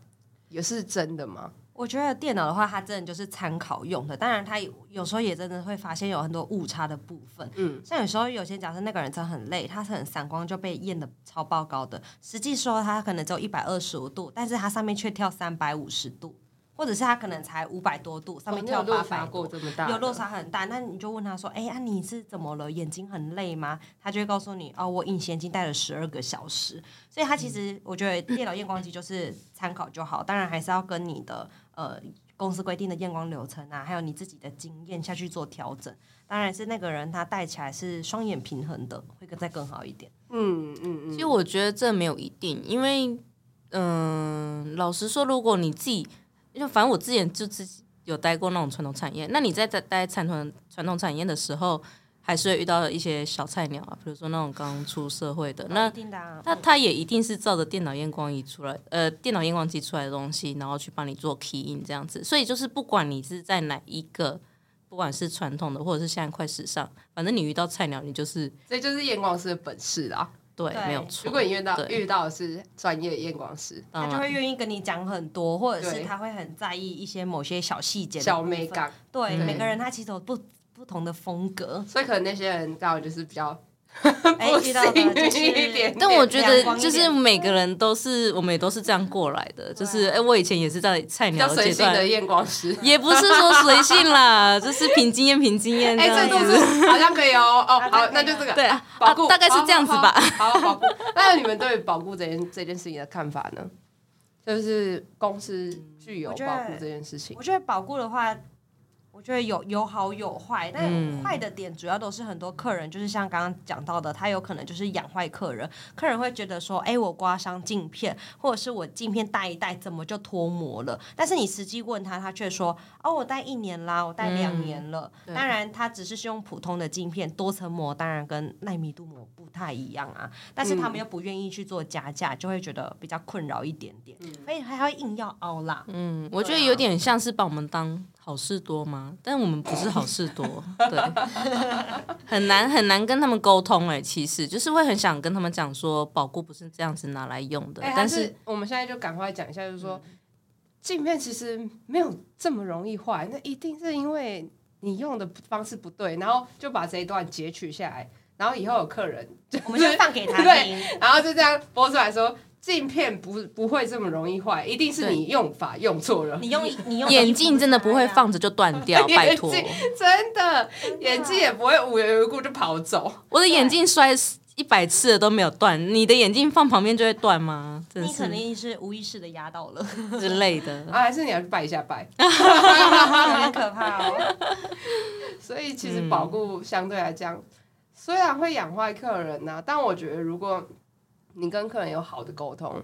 也是真的吗？
我觉得电脑的话，它真的就是参考用的，当然它有有时候也真的会发现有很多误差的部分。
嗯，
像有时候有些假设那个人真的很累，他是很散光就被验的超爆高的，实际说他可能只有一百二十五度，但是他上面却跳三百五十度，或者是他可能才五百多度，上面
哦
跳
你有
八
落
百
差
多
过。这么大，
有落。差很大，那你就问他说：“哎、啊，你是怎么了？眼睛很累吗？”他就会告诉你：“哦，我隐形眼镜戴了十二个小时。”所以他其实我觉得电脑验光机就是参考就好，当然还是要跟你的呃公司规定的验光流程啊，还有你自己的经验下去做调整。当然是那个人他戴起来是双眼平衡的，会更再更好一点。
嗯嗯
其实
嗯，
我觉得这没有一定，因为嗯、老实说，如果你自己，就反正我之前就自己有待过那种传统产业，那你在在待传统传统产业的时候，还是会遇到一些小菜鸟啊，比如说那种刚出社会的，那
一定的、啊，
嗯那他也一定是照着电脑验光仪出来，呃，电脑验光机出来的东西，然后去帮你做 key in 这样子。所以就是不管你是在哪一个，不管是传统的或者是现在快时尚，反正你遇到菜鸟，你就是
这就是验光师的本事啦。
对，
对
没有错。
如果你遇到
对
遇到的是专业验光师，
当
他
然
就会愿意跟你讲很多，或者是
对
他会很在意一些某些小细节的
小
部分
美感，
对，
对
每个人他其实有不不同的风格，
所以可能那些人刚好就是比较
哎
不
遇
幸
到的就是
运一点。
但我觉
两
得
光一
就是
点
每个人都是，我们也都是这样过来的。就是哎、我以前也是在菜
比较
鸟的
随
阶
性的
段，
验光师，
也不是说随性啦， [LAUGHS] 就是凭经验，凭经验
[LAUGHS]
这
哎，这
样
个
子。
是好像可以哦，哦，好，
啊
那
大概
就这个，
对啊，
保
啊
护，
大概是这样子吧。
好好好保护。那你们对保护这件这件事情的看法呢？就是公司具有
我觉
保
得
护这件事情，
我觉得保固的话，我觉得有有好有坏，但
嗯
坏的点主要都是很多客人，就是像刚刚讲到的，他有可能就是养坏客人，客人会觉得说，哎、我刮伤镜片，或者是我镜片戴一戴怎么就脱模了？但是你实际问他，他却说，哦，我戴一年啦，我戴两年了。
对
当然，他只是用普通的镜片，多层膜当然跟耐密度膜不太一样啊，但是他们又不愿意去做加价，就会觉得比较困扰一点点，所以还要硬要凹啦。
嗯，我觉
啊
得有点像是把我们当好事多嘛，但我们不是好事多，对，很难很难跟他们沟通哎、其实就是会很想跟他们讲说，保固不是这样子拿来用的，
哎还
但
是我们现在就赶快讲一下，就是说镜片其实没有这么容易坏，那一定是因为你用的方式不对，然后就把这一段截取下来，然后以后有客人，
我们就放给他
对
听。
然后就这样播出来说，镜片不不会这么容易坏，一定是
对
你用法用错了。
你用你用
眼镜真的不会放着就断掉，拜托，
眼镜真的，啊眼镜也不会无缘无故就跑走。
我的眼镜摔一百次了都没有断，你的眼镜放旁边就会断吗？真
你肯
是
定是无意识的压
[LAUGHS]
到了，
之类的。
啊，还是你要去拜一下拜。
很可怕哦。
所以其实保
嗯
护相对来讲，虽然会养坏客人呐、但我觉得如果你跟客人有好的沟通，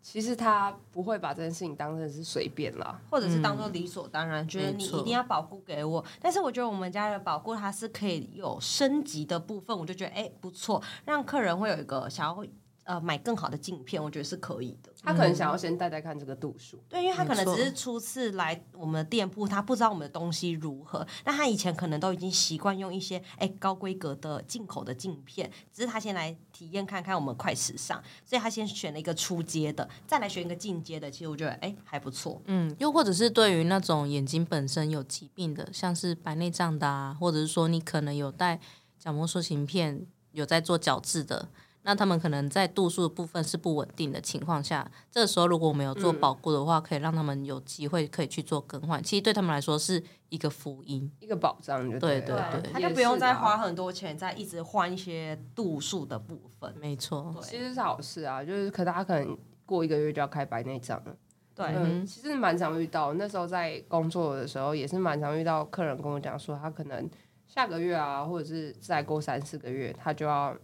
其实他不会把这件事情当成是随便啦。
或者是当做理所当然，觉得你
没错
一定要保护给我。但是我觉得我们家的保护它是可以有升级的部分，我就觉得哎、不错，让客人会有一个想要呃买更好的镜片，我觉得是可以的。
他可能想要先带带看这个度数，
嗯
对，因为他可能
没错
只是初次来我们的店铺，他不知道我们的东西如何。那他以前可能都已经习惯用一些哎高规格的进口的镜片，只是他先来体验看看我们快时尚，所以他先选了一个初阶的，再来选一个进阶的。其实我觉得哎还不错。
嗯，又或者是对于那种眼睛本身有疾病的，像是白内障的啊，或者是说你可能有戴角膜塑形片，有在做矫治的，那他们可能在度数的部分是不稳定的情况下，这时候如果我们有做保护的话，可以让他们有机会可以去做更换，其实对他们来说是一个福音。
一个保障就对
对
了
对对
他就不用再。
也是
花
啦
很多钱再一直换一些度数的部分。
没错，
其实是好事啊，就是可他可能过一个月就要开白内障了。
对，
嗯，其实蛮常遇到。那时候在工作的时候，也是蛮常遇到客人跟我讲说，他可能下个月啊，或者是再过三四个月，他就要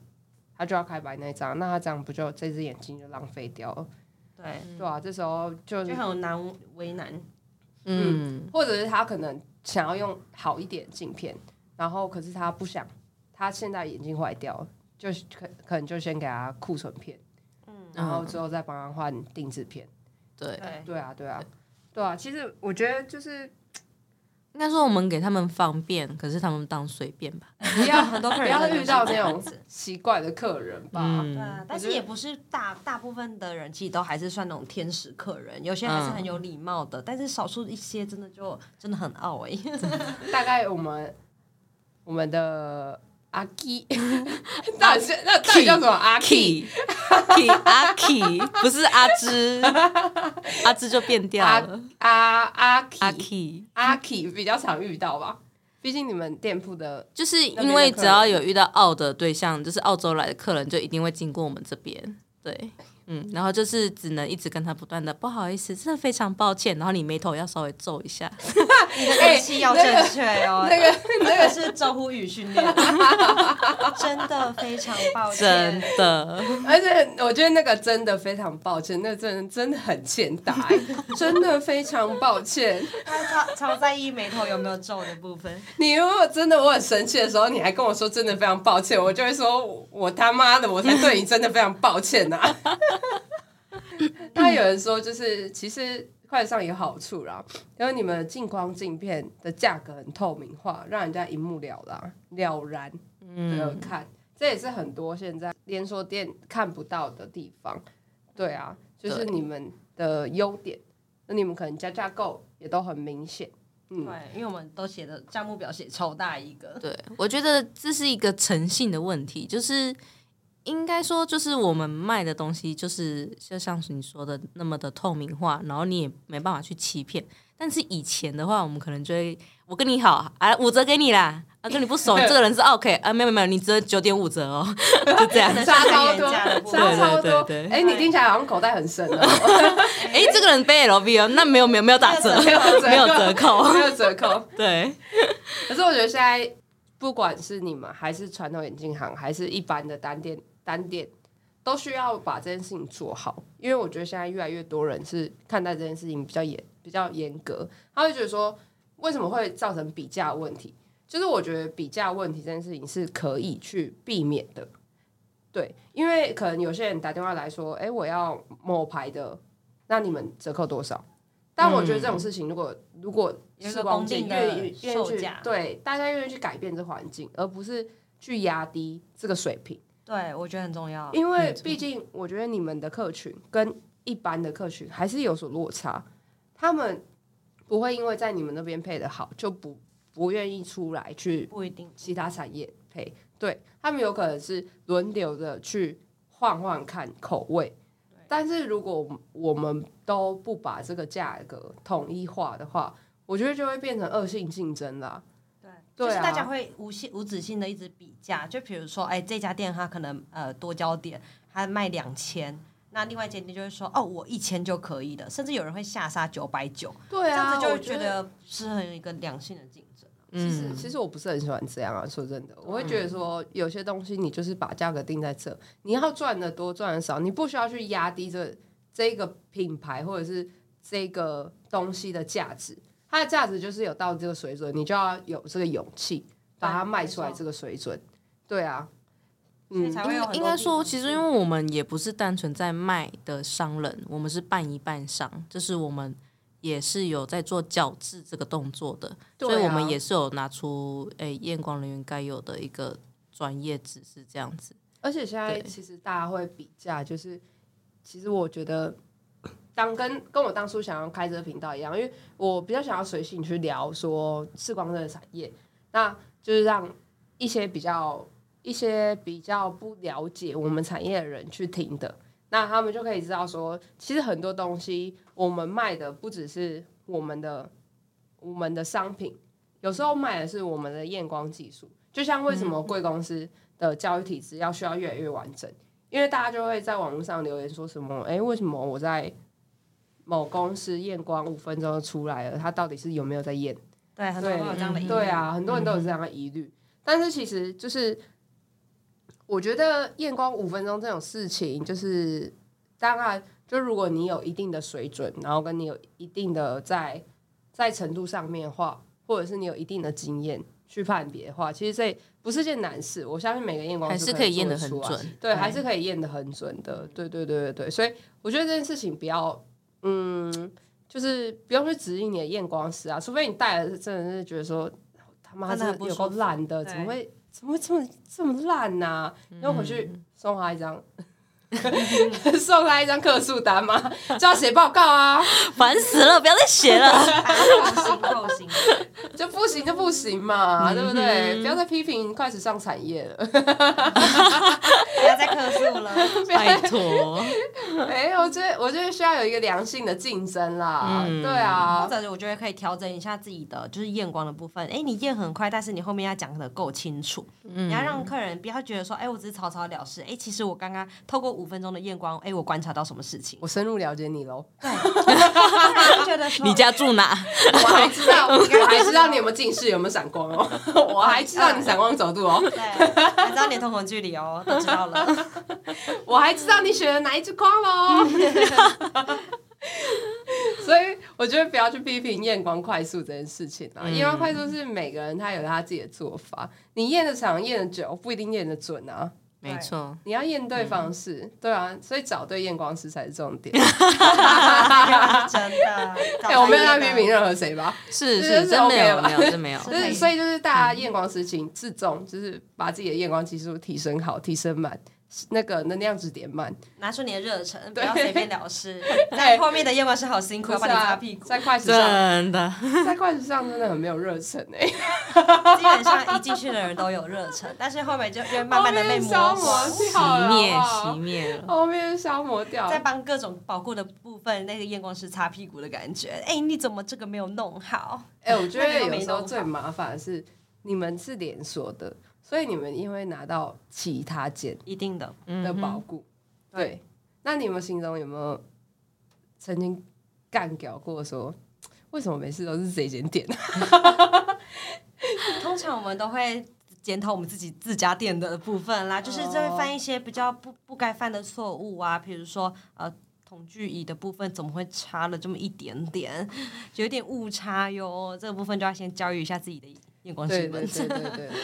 他就要开白内障，那他这样不就这只眼睛就浪费掉了？
对，
对啊，这时候就是
就很难为难。
嗯，
或者是他可能想要用好一点的镜片，然后可是他不想，他现在眼睛坏掉了，就可可能就先给他库存片，
嗯
然后之后再帮他换定制片。
对，
对，
对啊，对啊，对啊。其实我觉得就是
应该说我们给他们方便，可是他们当随便吧。
不要
很多客
不
人
要
都
遇到
是
那
这
种
样子
奇怪的客人吧。
对
嗯，
啊，但
我觉
是
得
也不是大大部分的人，其实都还是算那种天使客人，有些还是
嗯
很有礼貌的，但是少数一些真的就真的很
[LAUGHS]
傲哎、
大概我们我们的阿基，到底是那到底叫什么嗯阿
阿
基？
K K 阿 K 不是阿芝，阿芝就变掉
阿
了。
阿阿
阿
基
K
阿基比较常遇到吧，毕竟你们店铺的
就是因为只要有遇到澳的对象，就是澳洲来的客人，就一定会经过我们这边。对，嗯，然后就是只能一直跟他不断的不好意思，真的非常抱歉，然后你眉头要稍微皱一下。
你的语 [LAUGHS] 气要正确哦，
哎那个
[LAUGHS] 那个是招呼语训练， [LAUGHS] 真的非常抱
真
歉。
的，
而且我觉得那个真的非常抱歉，那真的真的很欠打、欸真的非常抱歉。
他超超在意眉头有没有皱的部分，
[LAUGHS] 你如果真的我很生气的时候，你还跟我说真的非常抱歉，我就会说我我他妈的我才对你真的非常抱歉呐、那有人说就是其实。快上有好处啦，因为你们镜框镜片的价格很透明化，让人家一目了然了然的
嗯，
看，这也是很多现在连锁店看不到的地方。对啊，就是
对
你们的优点，那你们可能加价购也都很明显。嗯
对，因为我们都写的账目表写超大一个，
对，我觉得这是一个诚信的问题，就是应该说，就是我们卖的东西，就是就像是你说的那么的透明化，然后你也没办法去欺骗。但是以前的话，我们可能就会，我跟你好，啊，五折给你啦，啊，跟你不熟，你这个人是 OK，啊，没有没有，你只有九点五折哦， [LAUGHS] 就这样。
[LAUGHS]
可能
差
是
超
原
多，
价
差
的部分
超多。
对对对
哎、你听起来好像口袋很深哦，
[LAUGHS] 哎，这个人背 LV 哦，那没有没有没有打折，
没有折
没有折扣，
哦没有折扣。
对，
可是我觉得现在，不管是你们还是传统眼镜行，还是一般的单店单店，都需要把这件事情做好。因为我觉得现在越来越多人是看待这件事情比较严比较严格，他会觉得说，为什么会造成比价问题？就是我觉得比价问题这件事情是可以去避免的。对，因为可能有些人打电话来说，哎，我要某牌的，那你们折扣多少？但我觉得这种事情，如果、如果
嗯有一
时
个
光
公
界
定的
愿意愿意
售
去
价
对大家愿意去改变这环境，而不是去压低这个水平。
对我觉得很重要。
因为毕竟我觉得你们的客群跟一般的客群还是有所落差，他们不会因为在你们那边配的好就不不愿意出来去
不一定，
其他产业配，对他们有可能是轮流的去换换看口味。但是如果我们我们都不把这个价格统一化的话，我觉得就会变成恶性竞争啦。
对，
对啊
就是大家会无限无止境的一直比价，就比如说，哎，这家店它可能呃多焦点，它卖两千。那另外一间店就会说，哦，我一千就可以了，甚至有人会下杀九百九，
对
这样
啊，
子就
我
会
觉
觉得是很有一个良性的竞争。啊
其实
嗯
其实我不是很喜欢这样啊，说真
嗯
的，我会觉得说有些东西你就是把价格定在这，你要赚的多赚的少，你不需要去压低这这个品牌或者是这个东西的价值，它的价值就是有到这个水准，你就要有这个勇气把它卖出来这个水准，对啊，
所以
嗯，
才会有很多
应该说，
地方
其实因为我们也不是单纯在卖的商人，我们是半一半商，就是我们也是有在做矫治这个动作的，
对啊
所以我们也是有拿出诶验光人员该有的一个专业知识这样子。
而且现在
对
其实大家会比价，就是其实我觉得，当跟跟我当初想要开这个频道一样，因为我比较想要随性去聊说视光灯的产业，那就是让一些比较一些比较不了解我们产业的人去听的，那他们就可以知道说，其实很多东西我们卖的不只是我们的我们的商品，有时候卖的是我们的验光技术。就像为什么贵公司的教育体制要需要越来越完整，因为大家就会在网络上留言说什么，诶，为什么我在某公司验光五分钟就出来了，他到底是有没有在验？
对，很多人会有这样的疑虑嗯
对，啊，很多人都有这样的疑虑。但是其实就是，我觉得验光五分钟这种事情，就是当然，就如果你有一定的水准，然后跟你有一定的在在程度上面的话，或者是你有一定的经验去判别的话，其实这不是件难事。我相信每个验光
还
师
是
哦可
可以
做
验得
出
很
来
准哎
对，还是可以验得很准的。对对对对对，所以我觉得这件事情不要，嗯，就是不用去指引你的验光师啊，除非你戴了真的是觉得说他妈
真的
这
很不
有
舒
够
服
烂的，
对嗯
怎么会怎么会这么这么烂呐、然后回去送他一张。 [LAUGHS] 送他一张客诉单吗？就要写报告啊，
烦死了，不要再
[LAUGHS]
写了。
够行够行，
就不行就不行嘛，
嗯
对不对？不要再批评快时尚产业了。 [LAUGHS]
不要再客诉 [LAUGHS] 了。
拜托，
哎、我觉得我觉得需要有一个良性的竞争啦。
嗯
对
或
啊，
者我觉得可以调整一下自己的就是验光的部分。哎，你验很快，但是你后面要讲的够清楚，你要让客人不要觉得说，哎，我只是草草了事。哎，其实我刚刚透过五分钟的验光，哎，我观察到什么事情， [LAUGHS]
我深入了解你 [LAUGHS] 喽。
我就觉得说
你家住哪？
我还知道，我还知道你有没有近视，有没有闪光哦。 [LAUGHS] 我还知道你闪光角度哦。
对，还知道你的瞳孔距离哦，都知道了。
[LAUGHS] 我还知道你选了哪一支框 [LAUGHS] 喽。所以我觉得不要去批评验光快速这件事情啊，验光快速是每个人他有他自己的做法，你验的长验的久不一定验的准啊，
没错，
你要验对方式，对啊，所以找对验光师才是重 [LAUGHS] 点。
真的。
哎、我没有
哦
在批评任何谁吧，
是
这
是，
是
真没
OK
有
吧
没有
[LAUGHS]
真没有。
就是所以就是大
嗯
家验光师请自重，就是把自己的验光技术提升好，提升满。那个能量值点满，
拿出你的热忱，不
对啊
要随便了
[LAUGHS]
事。在后面的验光师好辛苦，要帮你擦屁股。
在快时尚，[LAUGHS]
真的，
在快时尚真的很没有热忱哎、
[LAUGHS] 基本上一进去的人都有
[LAUGHS]
热忱，但是后面就越慢慢的被
消
磨
磨
光。
熄
掉了，
灭
好不好
熄灭了。
后面消磨掉
在
了。
帮各种保护的部分，那个验光师擦屁股的感觉。哎、你怎么这个没有弄好？
哎、我觉得
那个又
有
没
时候
弄
最麻烦的是你们是连锁的，所以你们因为拿到其他间
一定的，
的保
嗯
固，对。那你们心中有没有曾经干掉过说？为什么每次都是这间店？
通常我们都会检讨我们自己自家店的部分
哦
啦，就是这会犯一些比较不不该犯的错误啊，比如说呃。同距椅的部分怎么会差了这么一点点，有点误差哟。这个部分就要先教育一下自己的验光师
对
们
对。对对对对对。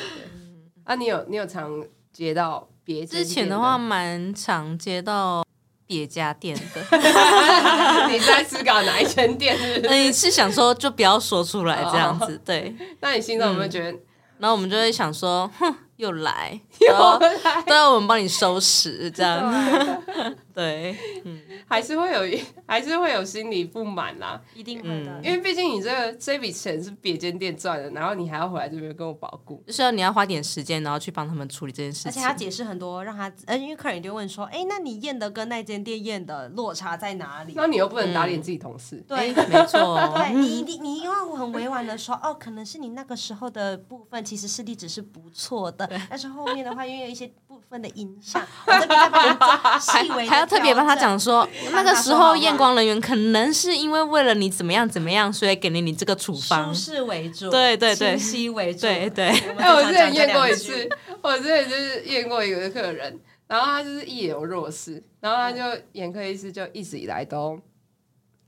啊，你有你有常接到别间
嗯之前的
店
话，，蛮常接到别家店的，
[LAUGHS]
[LAUGHS]
你是在思考哪一间店是不是？
嗯，是想说就不要说出来这
哦
样子，对。
那你心中有没有觉得
然后我们就会想说，哼，又
[LAUGHS]
来，又来，都要我们帮你收拾这样， [LAUGHS] 对，
[LAUGHS] 还是会有一，还是会有心理不满啦，
一定会的。
因为毕竟你这个这笔钱是别间店赚的，然后你还要回来这边跟我保固，
就是要你要花点时间，然后去帮他们处理这件事
而且
情。
他解释很多，让他呃，因为客人就问说，哎、那你验的跟那间店验的落差在哪里？
那你又不能打
嗯
脸自己同事，
对，
哎没
[LAUGHS]
错哦，
对你一定，你因为我很委婉的说，哦，可能是你那个时候的部分其实视力只是不错的，但是后面的话因为有一些部分的影响，我这边再帮你
[LAUGHS]
做细微的
还要特别帮他
调整。
讲说，那
帮
个
他
时
说好
候
话
验光人员可能是因为为了你怎么样怎么样，所以给了你这个处方
舒。适为主，
对对对
清晰为主。
对对，
们
哎、我之
通常
前
讲这
验
两
过一
句
次，我之前就是验过一个客人，然后他就是一眼有弱视，然后他
嗯
就眼科医师就一直以来都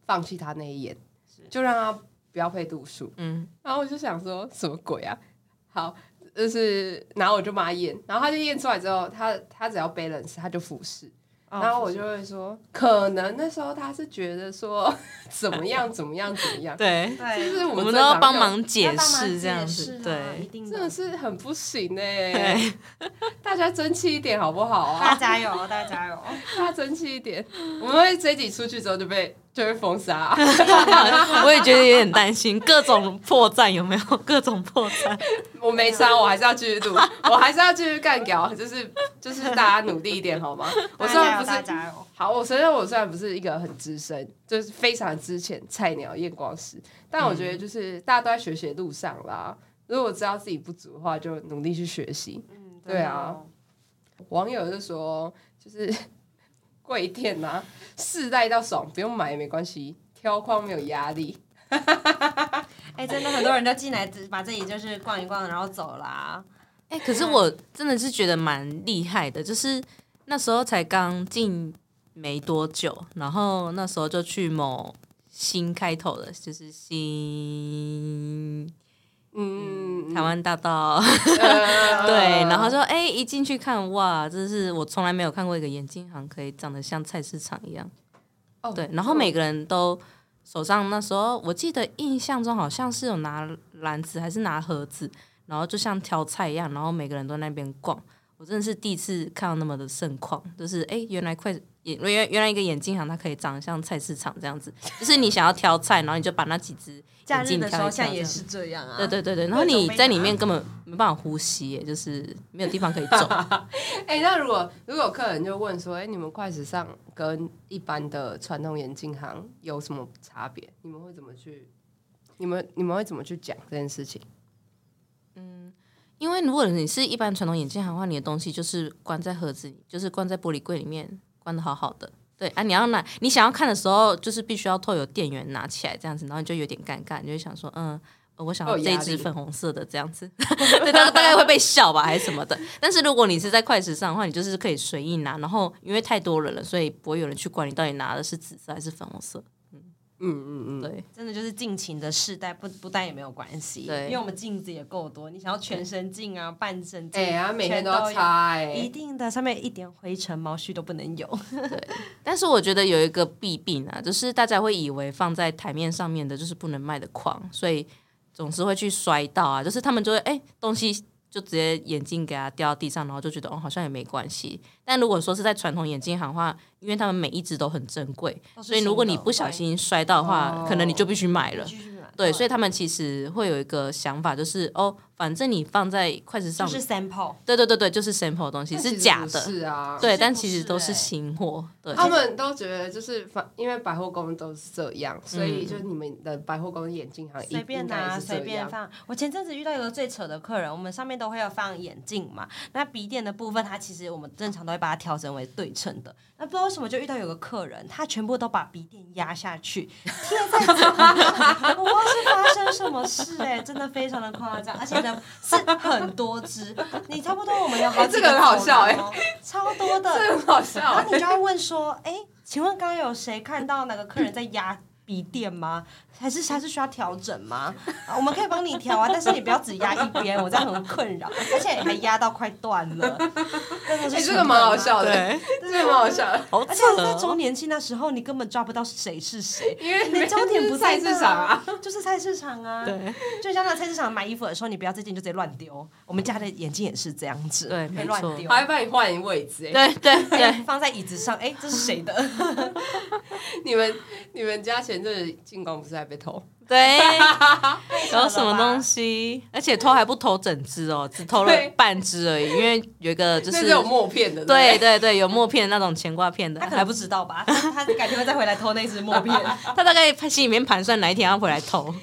放弃他那一眼，就让他不要配度数。
嗯，
然后我就想说什么鬼啊？好，就是然后我就帮他验，然后他就验出来之后，他他只要 balance 他就俯视。
哦
然后我就会说，可能那时候他是觉得说 [LAUGHS] 怎么样怎么样怎么样，
对，
就
[LAUGHS] 对，
是我
我们
们
都
正
要
常
帮
人
忙解
要帮忙
释这样
解
子
释，啊
对
一定
真的
的。
是很不行哎、
对，
大家争气一点好不好
[LAUGHS] 大
啊
家？加油，大家
[LAUGHS]
加油！
大家争气一点，我们会这一集出去之后就被就被封杀、 [LAUGHS]
[LAUGHS] 我也觉得有点担心，各种破绽有没有？各种破 [LAUGHS] 绽，
我没删，我还是要继续录，我还是要继续干掉，就是就是大家努力一点好
[LAUGHS]
吗？我虽然不
大家加油大家
是
加油，
好，我承认我虽然不是一个很资深，就是非常之前菜鸟验光师，但我觉
嗯
得就是大家都在学习的路上啦。如果知道自己不足的话，就努力去学习。
嗯
[LAUGHS] 对啊，网友就说，就是 [LAUGHS] 贵店呐、啊，试戴到爽，不用买也没关系，挑框没有压力。
哎、真的很多人都进来，只把自己就是逛一逛，然后走啦、
哎、可是我真的是觉得蛮厉害的，就是那时候才刚进没多久，然后那时候就去某新开头的，就是新
嗯，
台湾大道， [LAUGHS]
呃
嗯对，然后就哎、一进去看，哇，这是我从来没有看过一个眼镜行可以长得像菜市场一样，
哦
对，然后每个人都手上那时候我记得印象中好像是有拿篮子还是拿盒子，然后就像挑菜一样，然后每个人都在那边逛。我真的是第一次看到那么的盛况，就是哎、诶原来快眼原原来一个眼镜行它可以长得像菜市场这样子，就是你想要挑菜，然后你就把那几只
假
眼
日
镜
的时
挑
候
一挑
像
这
也
样
是这样啊，
对对对对，然
各
后
种
你
被
在里
拿
面根本没办法呼吸耶，就是没有地方可以走。
哎、那如果如果客人就问说，哎、你们快时尚跟一般的传统眼镜行有什么差别？你们会怎么去？你们你们会怎么去讲这件事情？
因为如果你是一般传统眼镜行的话，你的东西就是关在盒子里，就是关在玻璃柜里面，关的好好的。对啊，你要拿，你想要看的时候，就是必须要透有店员拿起来这样子，然后你就有点尴尬，你就会想说，嗯，呃我想要
会有
这一
哦压
支
力
粉红色的这样子， [LAUGHS] 对，大概大概会被笑吧，还是什么的。但是如果你是在快时尚的话，你就是可以随意拿，然后因为太多人了，所以不会有人去管你到底拿的是紫色还是粉红色。
嗯嗯嗯，
对，
真的就是尽情的试戴，不不戴也没有关系，
对
因为我们镜子也够多，你想要全身镜啊、半身镜，
哎、然后每天
全
都
都
要
有
擦哎、
一定的，上面一点灰尘、毛絮都不能有。
但是我觉得有一个弊病啊，就是大家会以为放在台面上面的就是不能卖的框，所以总是会去摔到啊，就是他们就会哎、东西就直接眼镜给它掉到地上，然后就觉得哦好像也没关系。但如果说是在传统眼镜行的话，因为他们每一只都很珍贵，
都是
所以如果你不小心摔到的话，
哦
可能你就必须买了。
继续买
对，所以他们其实会有一个想法，就是哦，反正你放在筷子
就
上，
是 sample，
对对对对，就是 sample 的东西
那
是
其实
假
不
的，
是啊，
对，
其实
但
不
其实
是
都是
欸
新货，对。
他们都觉得就是反，因为百货公司都是这样，所以就你们的百货公司眼镜行
随便拿，随便
放。
放。我前阵子遇到一个最扯的客人，我们上面都会要放眼镜嘛，那鼻垫的部分，它其实我们正常都会把它调整为对称的。那不知道为什么就遇到有个客人，他全部都把鼻垫压下去，贴在嘴巴， [LAUGHS] 我不知道是发生什么事哎、真的非常的夸张，而且呢是很多只，你差不多我们有好几
这个很好
头
笑哎
哦超多的，
[LAUGHS] 这很好
然
笑
后，你就要问说，哎、请问刚刚有谁看到哪个客人在压鼻垫吗？还是还是需要调整吗？啊我们可以帮你调啊，但 [LAUGHS] 是你不要只压一边，我这样很困扰，而且还压到快断了。哎、
哎、这个蛮好笑的，
对，
这个蛮好笑的，
哦好
而且
扯
是在周
哦。
年庆那时候，你根本抓不到谁是
[LAUGHS]
谁，
因为
你的焦点不在
菜市
那
场啊，，
就是菜市场啊。
对，
就像那菜市场买衣服的时候，你不要这件就直接乱丢。我们家的眼镜也是这样子，
对
可以
没
乱
错
丢，
还会帮你换位置、哎，
对对对，
放在椅子上。哎、这是谁的？
你们你们家前阵子进攻不是还被偷？
[LAUGHS]
对，有什
了
么
吧
东西？而且偷还不偷整只哦，只偷了
对
半只而已，因为有一个就
那
是
是有默片的，
对
不
对对，有默片的那种牵挂片的，
他可
还
能
不
不知道吧， [LAUGHS] 他他改天会再回来偷那只墨片。
他大概心里面盘算哪一天要回来偷，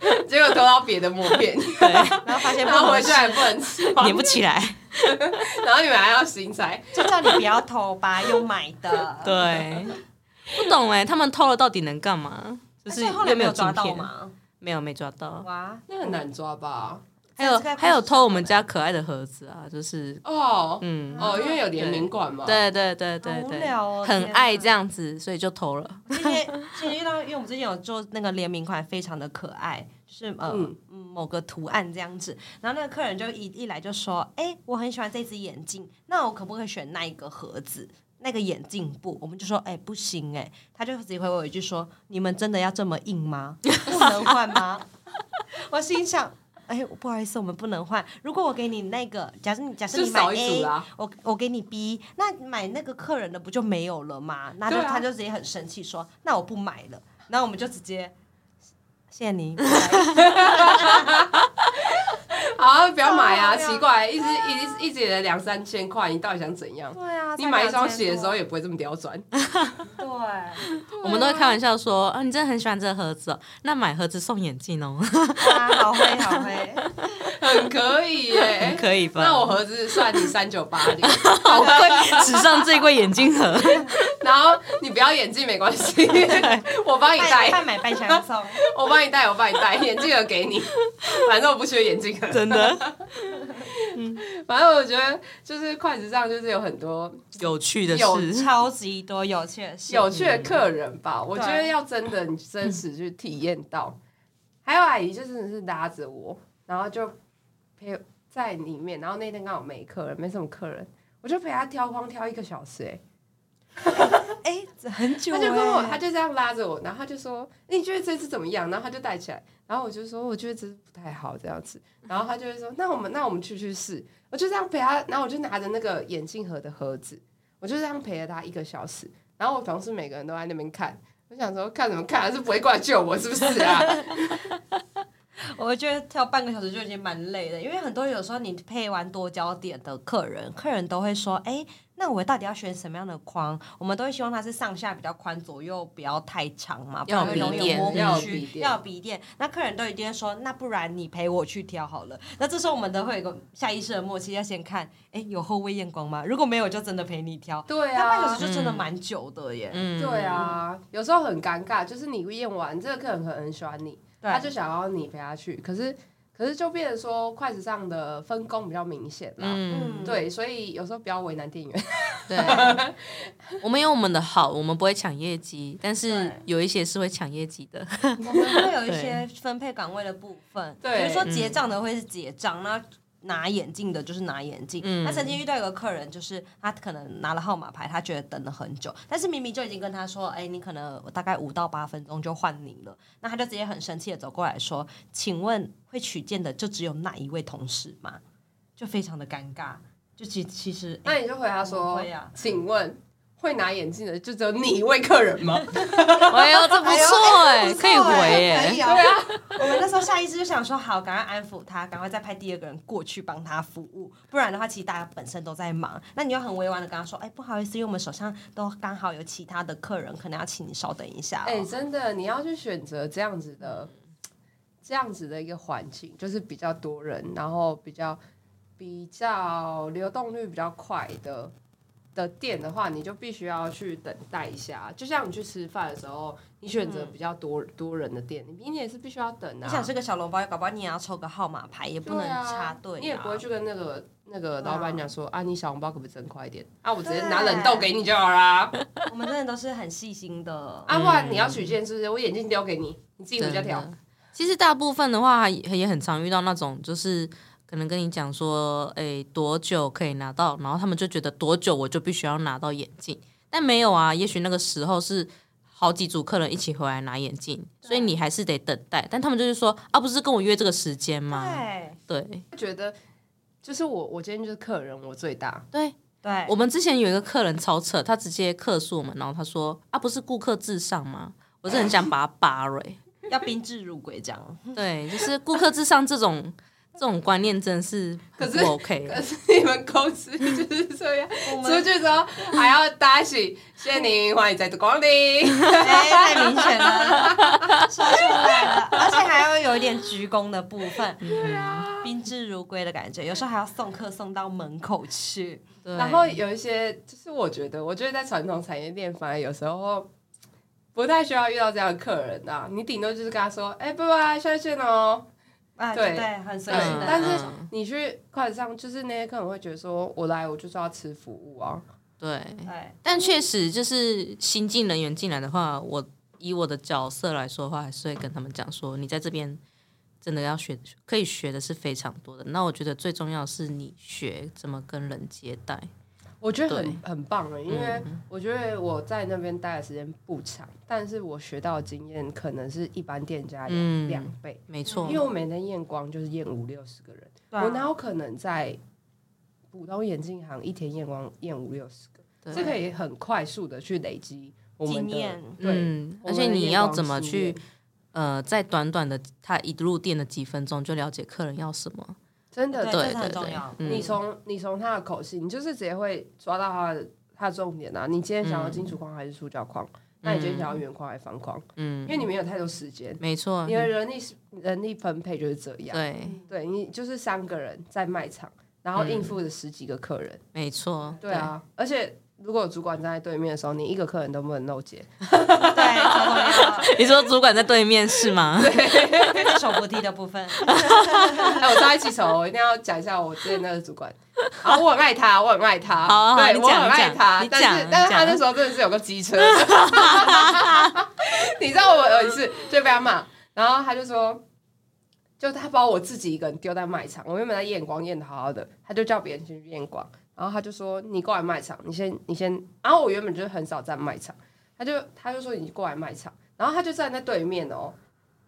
对，结果偷到别的默片，
对，
[LAUGHS] 然后发现不
然后
合
回去
适，
还不能吃完
粘，不起来，
然后你们还要新材，
就叫你不要偷吧，用买 [LAUGHS] 的。，
对，不懂哎，他们偷了到底能干嘛？就是
后来
又
没有
有
抓
镜
到
片，
嘛？
没有没抓到，
哇，
那很难抓吧？
还有
这个快
还有
时
偷
尚
我们
了
家可爱的盒子啊，就是
哦、
嗯，
哦，因为有联名馆嘛，，
对对对对
好无
对，
聊哦
很
天
爱
哪
这样子，所以就投了。
哦今天今天遇到，因为我们之前有做那个联名款，非常的可爱，就是呃、
嗯
嗯某个图案这样子。然后那个客人就一一来就说：“哎、我很喜欢这只眼镜，那我可不可以选那一个盒子？”那个眼镜布，我们就说，哎、不行、哎，他就直接回我一句说，你们真的要这么硬吗？ [LAUGHS] 不能换吗？我心想，哎、不好意思，我们不能换。如果我给你那个，假设你假设
就
你买
少一
A，
组啦。
我我给你 B，那买那个客人的不就没有了吗？那就、
对啊
他就直接很生气说，那我不买了。然后我们就直接，谢谢你，不买
啊，不要买啊！
对啊
奇怪，一只一一节两三千块，你到底想怎样？
对啊，
你
才
买一
两
双
千
鞋的
多
时候也不会这么刁钻，
[LAUGHS]
对，
我们都会开玩笑说，啊，你真的很喜欢这个盒子哦，那买盒子送眼镜哦，
啊，好会
[LAUGHS]
好会，
很可以耶。
可以吧？
那我盒子算你三九八零，
好贵， [LAUGHS] 史上最贵眼镜盒，
然后你不要眼镜没关系，我帮你
半
戴，
半买半相
[LAUGHS]
送，
我帮你戴，我帮你戴，眼镜盒给你，反正我不缺眼镜盒。
真的
反正我觉得就是快时尚就是有很多
有趣的
有
事。
超级多有趣的事，
有趣的客人吧，我觉得
对
要真的你真实去体验到。还有阿姨就真的是拉着我，然后就陪在里面，然后那天刚好没客人，没什么客人，我就陪她挑光挑一个小时、欸，
哎、
哎、很久、
他
欸，
就跟我，他就这样拉着我，然后他就说：“你觉得这只怎么样？”然后他就戴起来，然后我就说：“我觉得这只不太好这样子。”然后他就会说：“那我们那我们去去试。”我就这样陪他，然后我就拿着那个眼镜盒的盒子，我就这样陪了他一个小时。然后我同事每个人都在那边看，我想说看什么看，啊是不会过来救我是不是啊？ [LAUGHS]
我觉得跳半个小时就已经蛮累的，因为很多有时候你配完多焦点的客人，客人都会说：“哎，那我到底要选什么样的框？”我们都会希望它是上下比较宽，左右不要太长嘛，不然会容易有摸
要
不
有笔
虚，
垫
要有笔垫。那客人都一定会说：“那不然你陪我去挑好了。”那这时候我们都会有一个下意识的默契，要先看：“哎，有后位验光吗？如果没有，就真的陪你挑。”
对
那半个小
啊
时，就真的蛮久的耶。
嗯，
对，啊，有时候很尴尬，就是你验完这个客人可能很喜欢你，
对啊
他就想要你陪他去，可是可是就变成说筷子上的分工比较明显啦。
嗯，
嗯
对，所以有时候不要为难店员。
对，我们有我们的好，我们不会抢业绩，但是
对
有一些是会抢业绩的， [LAUGHS]
我们会有一些分配岗位的部分，比
对
如说结账的会是结账，那拿眼镜的就是拿眼镜。
嗯
那曾经遇到一个客人，就是他可能拿了号码牌，他觉得等了很久，但是明明就已经跟他说，哎、你可能大概五到八分钟就换你了，那他就直接很生气的走过来说，请问会取件的就只有那一位同事吗？就非常的尴尬。就其其实，
[LAUGHS]
哎
那你就回答说：“
会啊
请问会拿眼镜的就只有你一位客人吗
哎呦， [LAUGHS] 这不错哎，可以回
可以
哎，
啊。对啊，我们那时候下意识就想说，好，赶快安抚他，赶快再派第二个人过去帮他服务，不然的话，其实大家本身都在忙，那你又很委婉的跟他说，哎，不好意思，因为我们手上都刚好有其他的客人，可能要请你稍等一下、？”
哎、
哦。
啊
真的，你要去选择这样子的、这样子的一个环境，就是比较多人，然后比较比较流动率比较快的的店的话，你就必须要去等待一下。就像你去吃饭的时候，你选择比较多、多人的店，嗯你你也是必须要等啊。
你想吃个小笼包，搞不好你也要抽个号码牌，也不能
对啊
插队、啊
你也不会去跟那个那个老板讲说啊，你小笼包可不可以蒸快一点？啊，我直接
对
拿冷冻给你就好啦。
我们真的都是很细心的。
啊，不然你要取件是不是？我眼镜丢给你，你自己回家
真
调
的。其实大部分的话也也很常遇到那种，就是可能跟你讲说，哎，多久可以拿到，然后他们就觉得多久我就必须要拿到眼镜，但没有啊，也许那个时候是。好几组客人一起回来拿眼镜，所以你还是得等待。但他们就是说啊，不是跟我约这个时间吗？
对
对
觉得就是我，我今天就是客人，我最大。
对，
对，
我们之前有一个客人超扯，他直接客诉我们，然后他说啊，不是顾客至上吗？我是很想把他扒了欸、
要宾至如归这样。
对，就是顾客至上这种这种观念真的是很
可是
不 OK
可
的。
是你们公司就是这样，
我
出
们
去之后还要搭起，谢谢您，欢迎再度光临。
[LAUGHS] 哎，太明
[LAUGHS]
显了，说出来了，而且还要有一点鞠躬的部分，
嗯
对啊，宾至如归的感觉，有时候还要送客送到门口去，
对
然后有一些，就是我觉得，我觉得在传统产业链，反而有时候不太需要遇到这样的客人啊。你顶多就是跟他说，哎、拜拜，下次见哦。
啊，
对
对，很随
对
性的，
但是
嗯
你去快上，就是那些客人会觉得说，我来我就是要吃服务啊。
对，
对，
但确实就是新进人员进来的话，我以我的角色来说的话，还是会跟他们讲说，你在这边真的要学，可以学的是非常多的。那我觉得最重要的是你学怎么跟人接待。
我觉得
对嗯
很很棒欸了，因为我觉得我在那边待的时间不长，但是我学到的经验可能是一般店家的
嗯
两倍，
没错
嗯因为，我每天验光就是验五六十个人，
对啊
我哪有可能在普通眼镜行一天验光验五六十个？
对
这可以很快速的去累积我们
经
的
验，
对，
嗯，
我
而
们
且
的
你
验
要
光
怎么
经
去
验？
呃，在短短的他一入店的几分钟就了解客人要什么，
真的
对
对
这是很
对
重
对
要，
嗯
你从你从他的口气，你就是直接会抓到他的他的重点啊！你今天想要金属框还是塑胶框？那你今天想要圆框还是方框？因
嗯，
为你没有太多时间，
没错，
你的人力是人力分配就是这样。
对，
对你就是三个人在卖场，然后应付着十几个客人。
没错，
对啊，而且如果主管站在对面的时候，你一个客人都不能漏接。
对，超重要，
对。你说主管在对面是吗？
这是手扶梯的部分，
[LAUGHS] 哎，我上一起手，我一定要讲一下我之前那个主管。啊，我很爱他，我很爱他，
好好
对
你
我
讲
很爱
讲
他，
你
但
讲
是但是他
讲
那时候真的是有个机车， [LAUGHS] 你知道我有一次就被他骂，然后他就说，就他把我自己一个人丢在卖场，我原本在验光验的好好的，他就叫别人去验光，然后他就说你过来卖场，你先你先。然后我原本就很少在卖场，他就他就说你过来卖场，然后他就站在对面哦，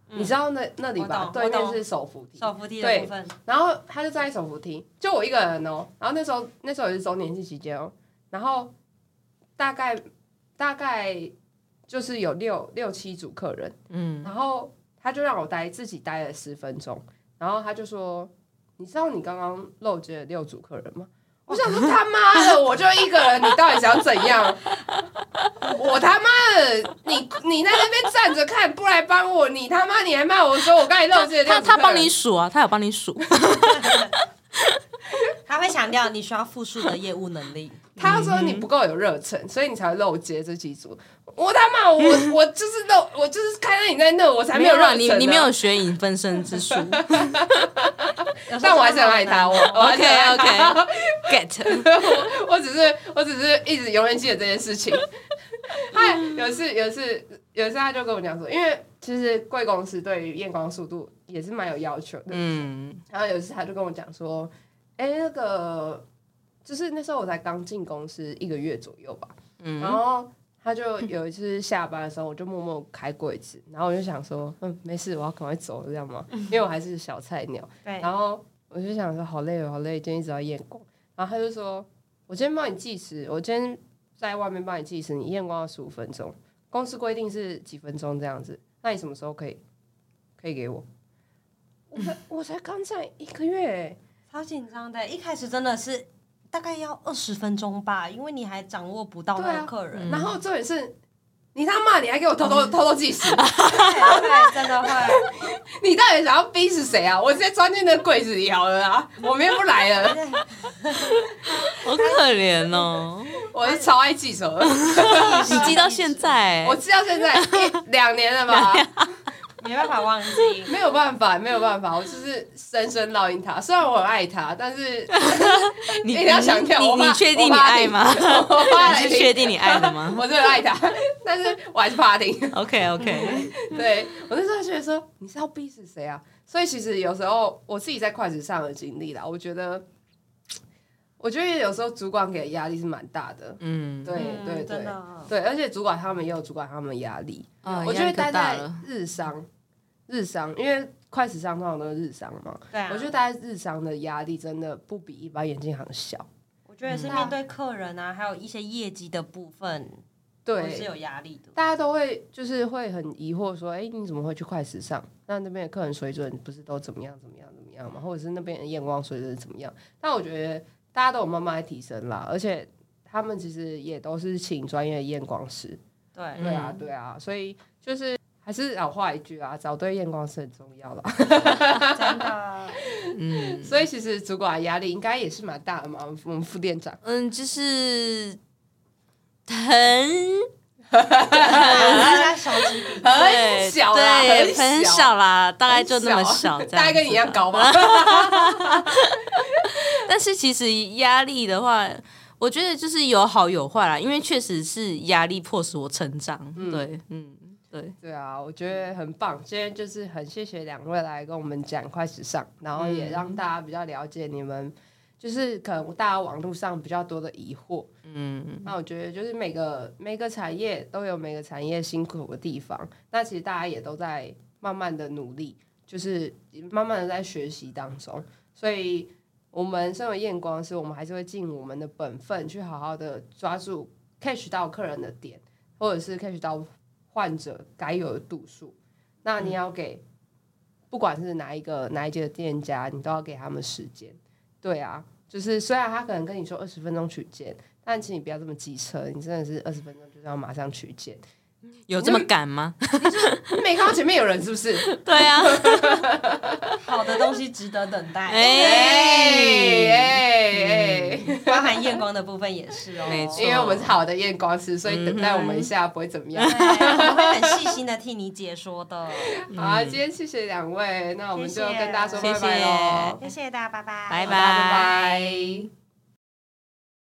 你
嗯
知道那那里吧
我懂？
对
我
面
懂
是手扶梯，
手扶梯的
对
部分，
然后他就站在手扶梯，就我一个人哦。然后那时候那时候也是周年庆期间哦，然后大概大概就是有六六七组客人，
嗯，
然后他就让我待自己待了十分钟，然后他就说：“你知道你刚刚漏接了六组客人吗？”我想说他妈的，我就一个人，你到底想怎样？我他妈的，你你在那边站着看，不来帮我，你他妈你还骂我说我刚才漏接了六
他
组
他
客
帮
人
你数啊，他有帮你数，
[LAUGHS]
他会强调你需要复述的业务能
[LAUGHS]
力。
他说
嗯
你不够有热忱，所以你才会漏接这几组。我他妈，
[LAUGHS]
我我就是漏，我就是看到你在那，我才没有热
啦
忱、啊
你你没有，学影分身
[LAUGHS]
之术
但我还是很爱他。我我还是很爱
，OK
他
OK get，
[LAUGHS] 我只是我只是一直永远记得这件事情。 [LAUGHS] 他有一次有一次有一次他就跟我讲说，因为其实贵公司对于验光速度也是蛮有要求的。
嗯
然后有一次他就跟我讲说，哎、那个就是那时候我才刚进公司一个月左右吧，然
嗯，
后他就有一次下班的时候，我就默默开柜子，然后我就想说，嗯，没事，我要赶快走，这样嘛，因为我还是小菜鸟。
对，
然后我就想说，好累哦，好累，今天一直要验光。然后他就说，我今天帮你计时，我今天在外面帮你计时，你验光要十五分钟，公司规定是几分钟这样子，那你什么时候可以可以给我？我
嗯
才我才刚在一个月、欸，
超紧张的，一开始真的是大概要二十分钟吧，因为你还掌握不到那
对
个
啊
客人。
嗯
然后重点是。你他妈！你还给我偷偷偷偷计时，
对，真的会，
你到底想要逼死谁啊？我直接钻进那个柜子里好了啊！我明天不来
[LAUGHS]
了，
好可怜
[LAUGHS]
哦，
我是超爱记仇的，
[LAUGHS] 你记到现在
我，记到现在一两年了吧，
没办法忘记。
没有办法，没有办法，我就是深深烙印他。虽然我很爱他，但是
欸你
一定要强调，
你
我
你
怕
你确定你
我怕
爱吗？
我怕
[LAUGHS] 你
来
是确定你爱
[LAUGHS]
了吗
我真的爱他，但是我还是怕他听。
？OK OK，
[LAUGHS] 对我那时候觉得说，你是要逼死谁啊？所以其实有时候我自己在筷子上的经历啦，我觉得，我觉得有时候主管给的压力是蛮大的。
嗯，
对
嗯
对对
真的
对，而且主管他们也有主管他们的压力。
啊
哦我就会待在
大了，
日商，日商，因为快时尚通常都是日商嘛。
对啊，
我觉得待在日商的压力真的不比一般眼镜行小。
我觉得是
嗯
面对客人啊，还有一些业绩的部分，我是
对，
有压力的。
大家都会就是会很疑惑说，哎、你怎么会去快时尚？那那边的客人水准不是都怎么样怎么样怎么样嘛？或者是那边的眼光水准怎么样？但我觉得大家都有慢慢在提升啦，而且他们其实也都是请专业的验光师。
嗯
对，
对啊，对啊，所以就是还是老话一句啊，找对验光师很重要啦。 [LAUGHS]
真
[LAUGHS]
的，
嗯
所以其实主管的压力应该也是蛮大的嘛。我们副店长，
嗯，就是很
大家小鸡比
很小啦
对，
很
很
小
小啦，大概就那么
很
小，这
大概
样
跟你一样
子
高
[LAUGHS]
吧。
但是其实压力的话，我觉得就是有好有坏啦，因为确实是压力迫使我成长。对，嗯，对，
对啊，我觉得很棒。今天就是很谢谢两位来跟我们讲快时尚，然后
嗯
也让大家比较了解你们。就是可能大家网络上比较多的疑惑，
嗯，
那我觉得就是每个每个产业都有每个产业辛苦的地方，那其实大家也都在慢慢的努力，就是慢慢的在学习当中，所以我们身为验光师，我们还是会尽我们的本分去好好的抓住 catch 到客人的点，或者是 catch 到患者该有的度数。那
嗯
你要给，不管是哪一个哪一届的店家，你都要给他们时间。对啊，就是虽然他可能跟你说二十分钟取件，但请你不要这么机车，你真的是二十分钟就是要马上取件。
有 [LAUGHS] 这么赶吗？
没看到前面有人是不
[LAUGHS]
是？
对 [LAUGHS] 啊，
好的东西值得等
[LAUGHS]
待，嗯
哎，
哎哎
包含验光的部分也是哦。
没错
因为我们是好的验光师，所以等待我
嗯
们一下不会怎么样。
对我会很细心的替你解说的。
[LAUGHS] 好啊，今天谢谢两位，那我们就
嗯谢谢
跟大家说
谢
拜拜
谢
喽，
谢谢大家，拜拜，
拜
拜拜。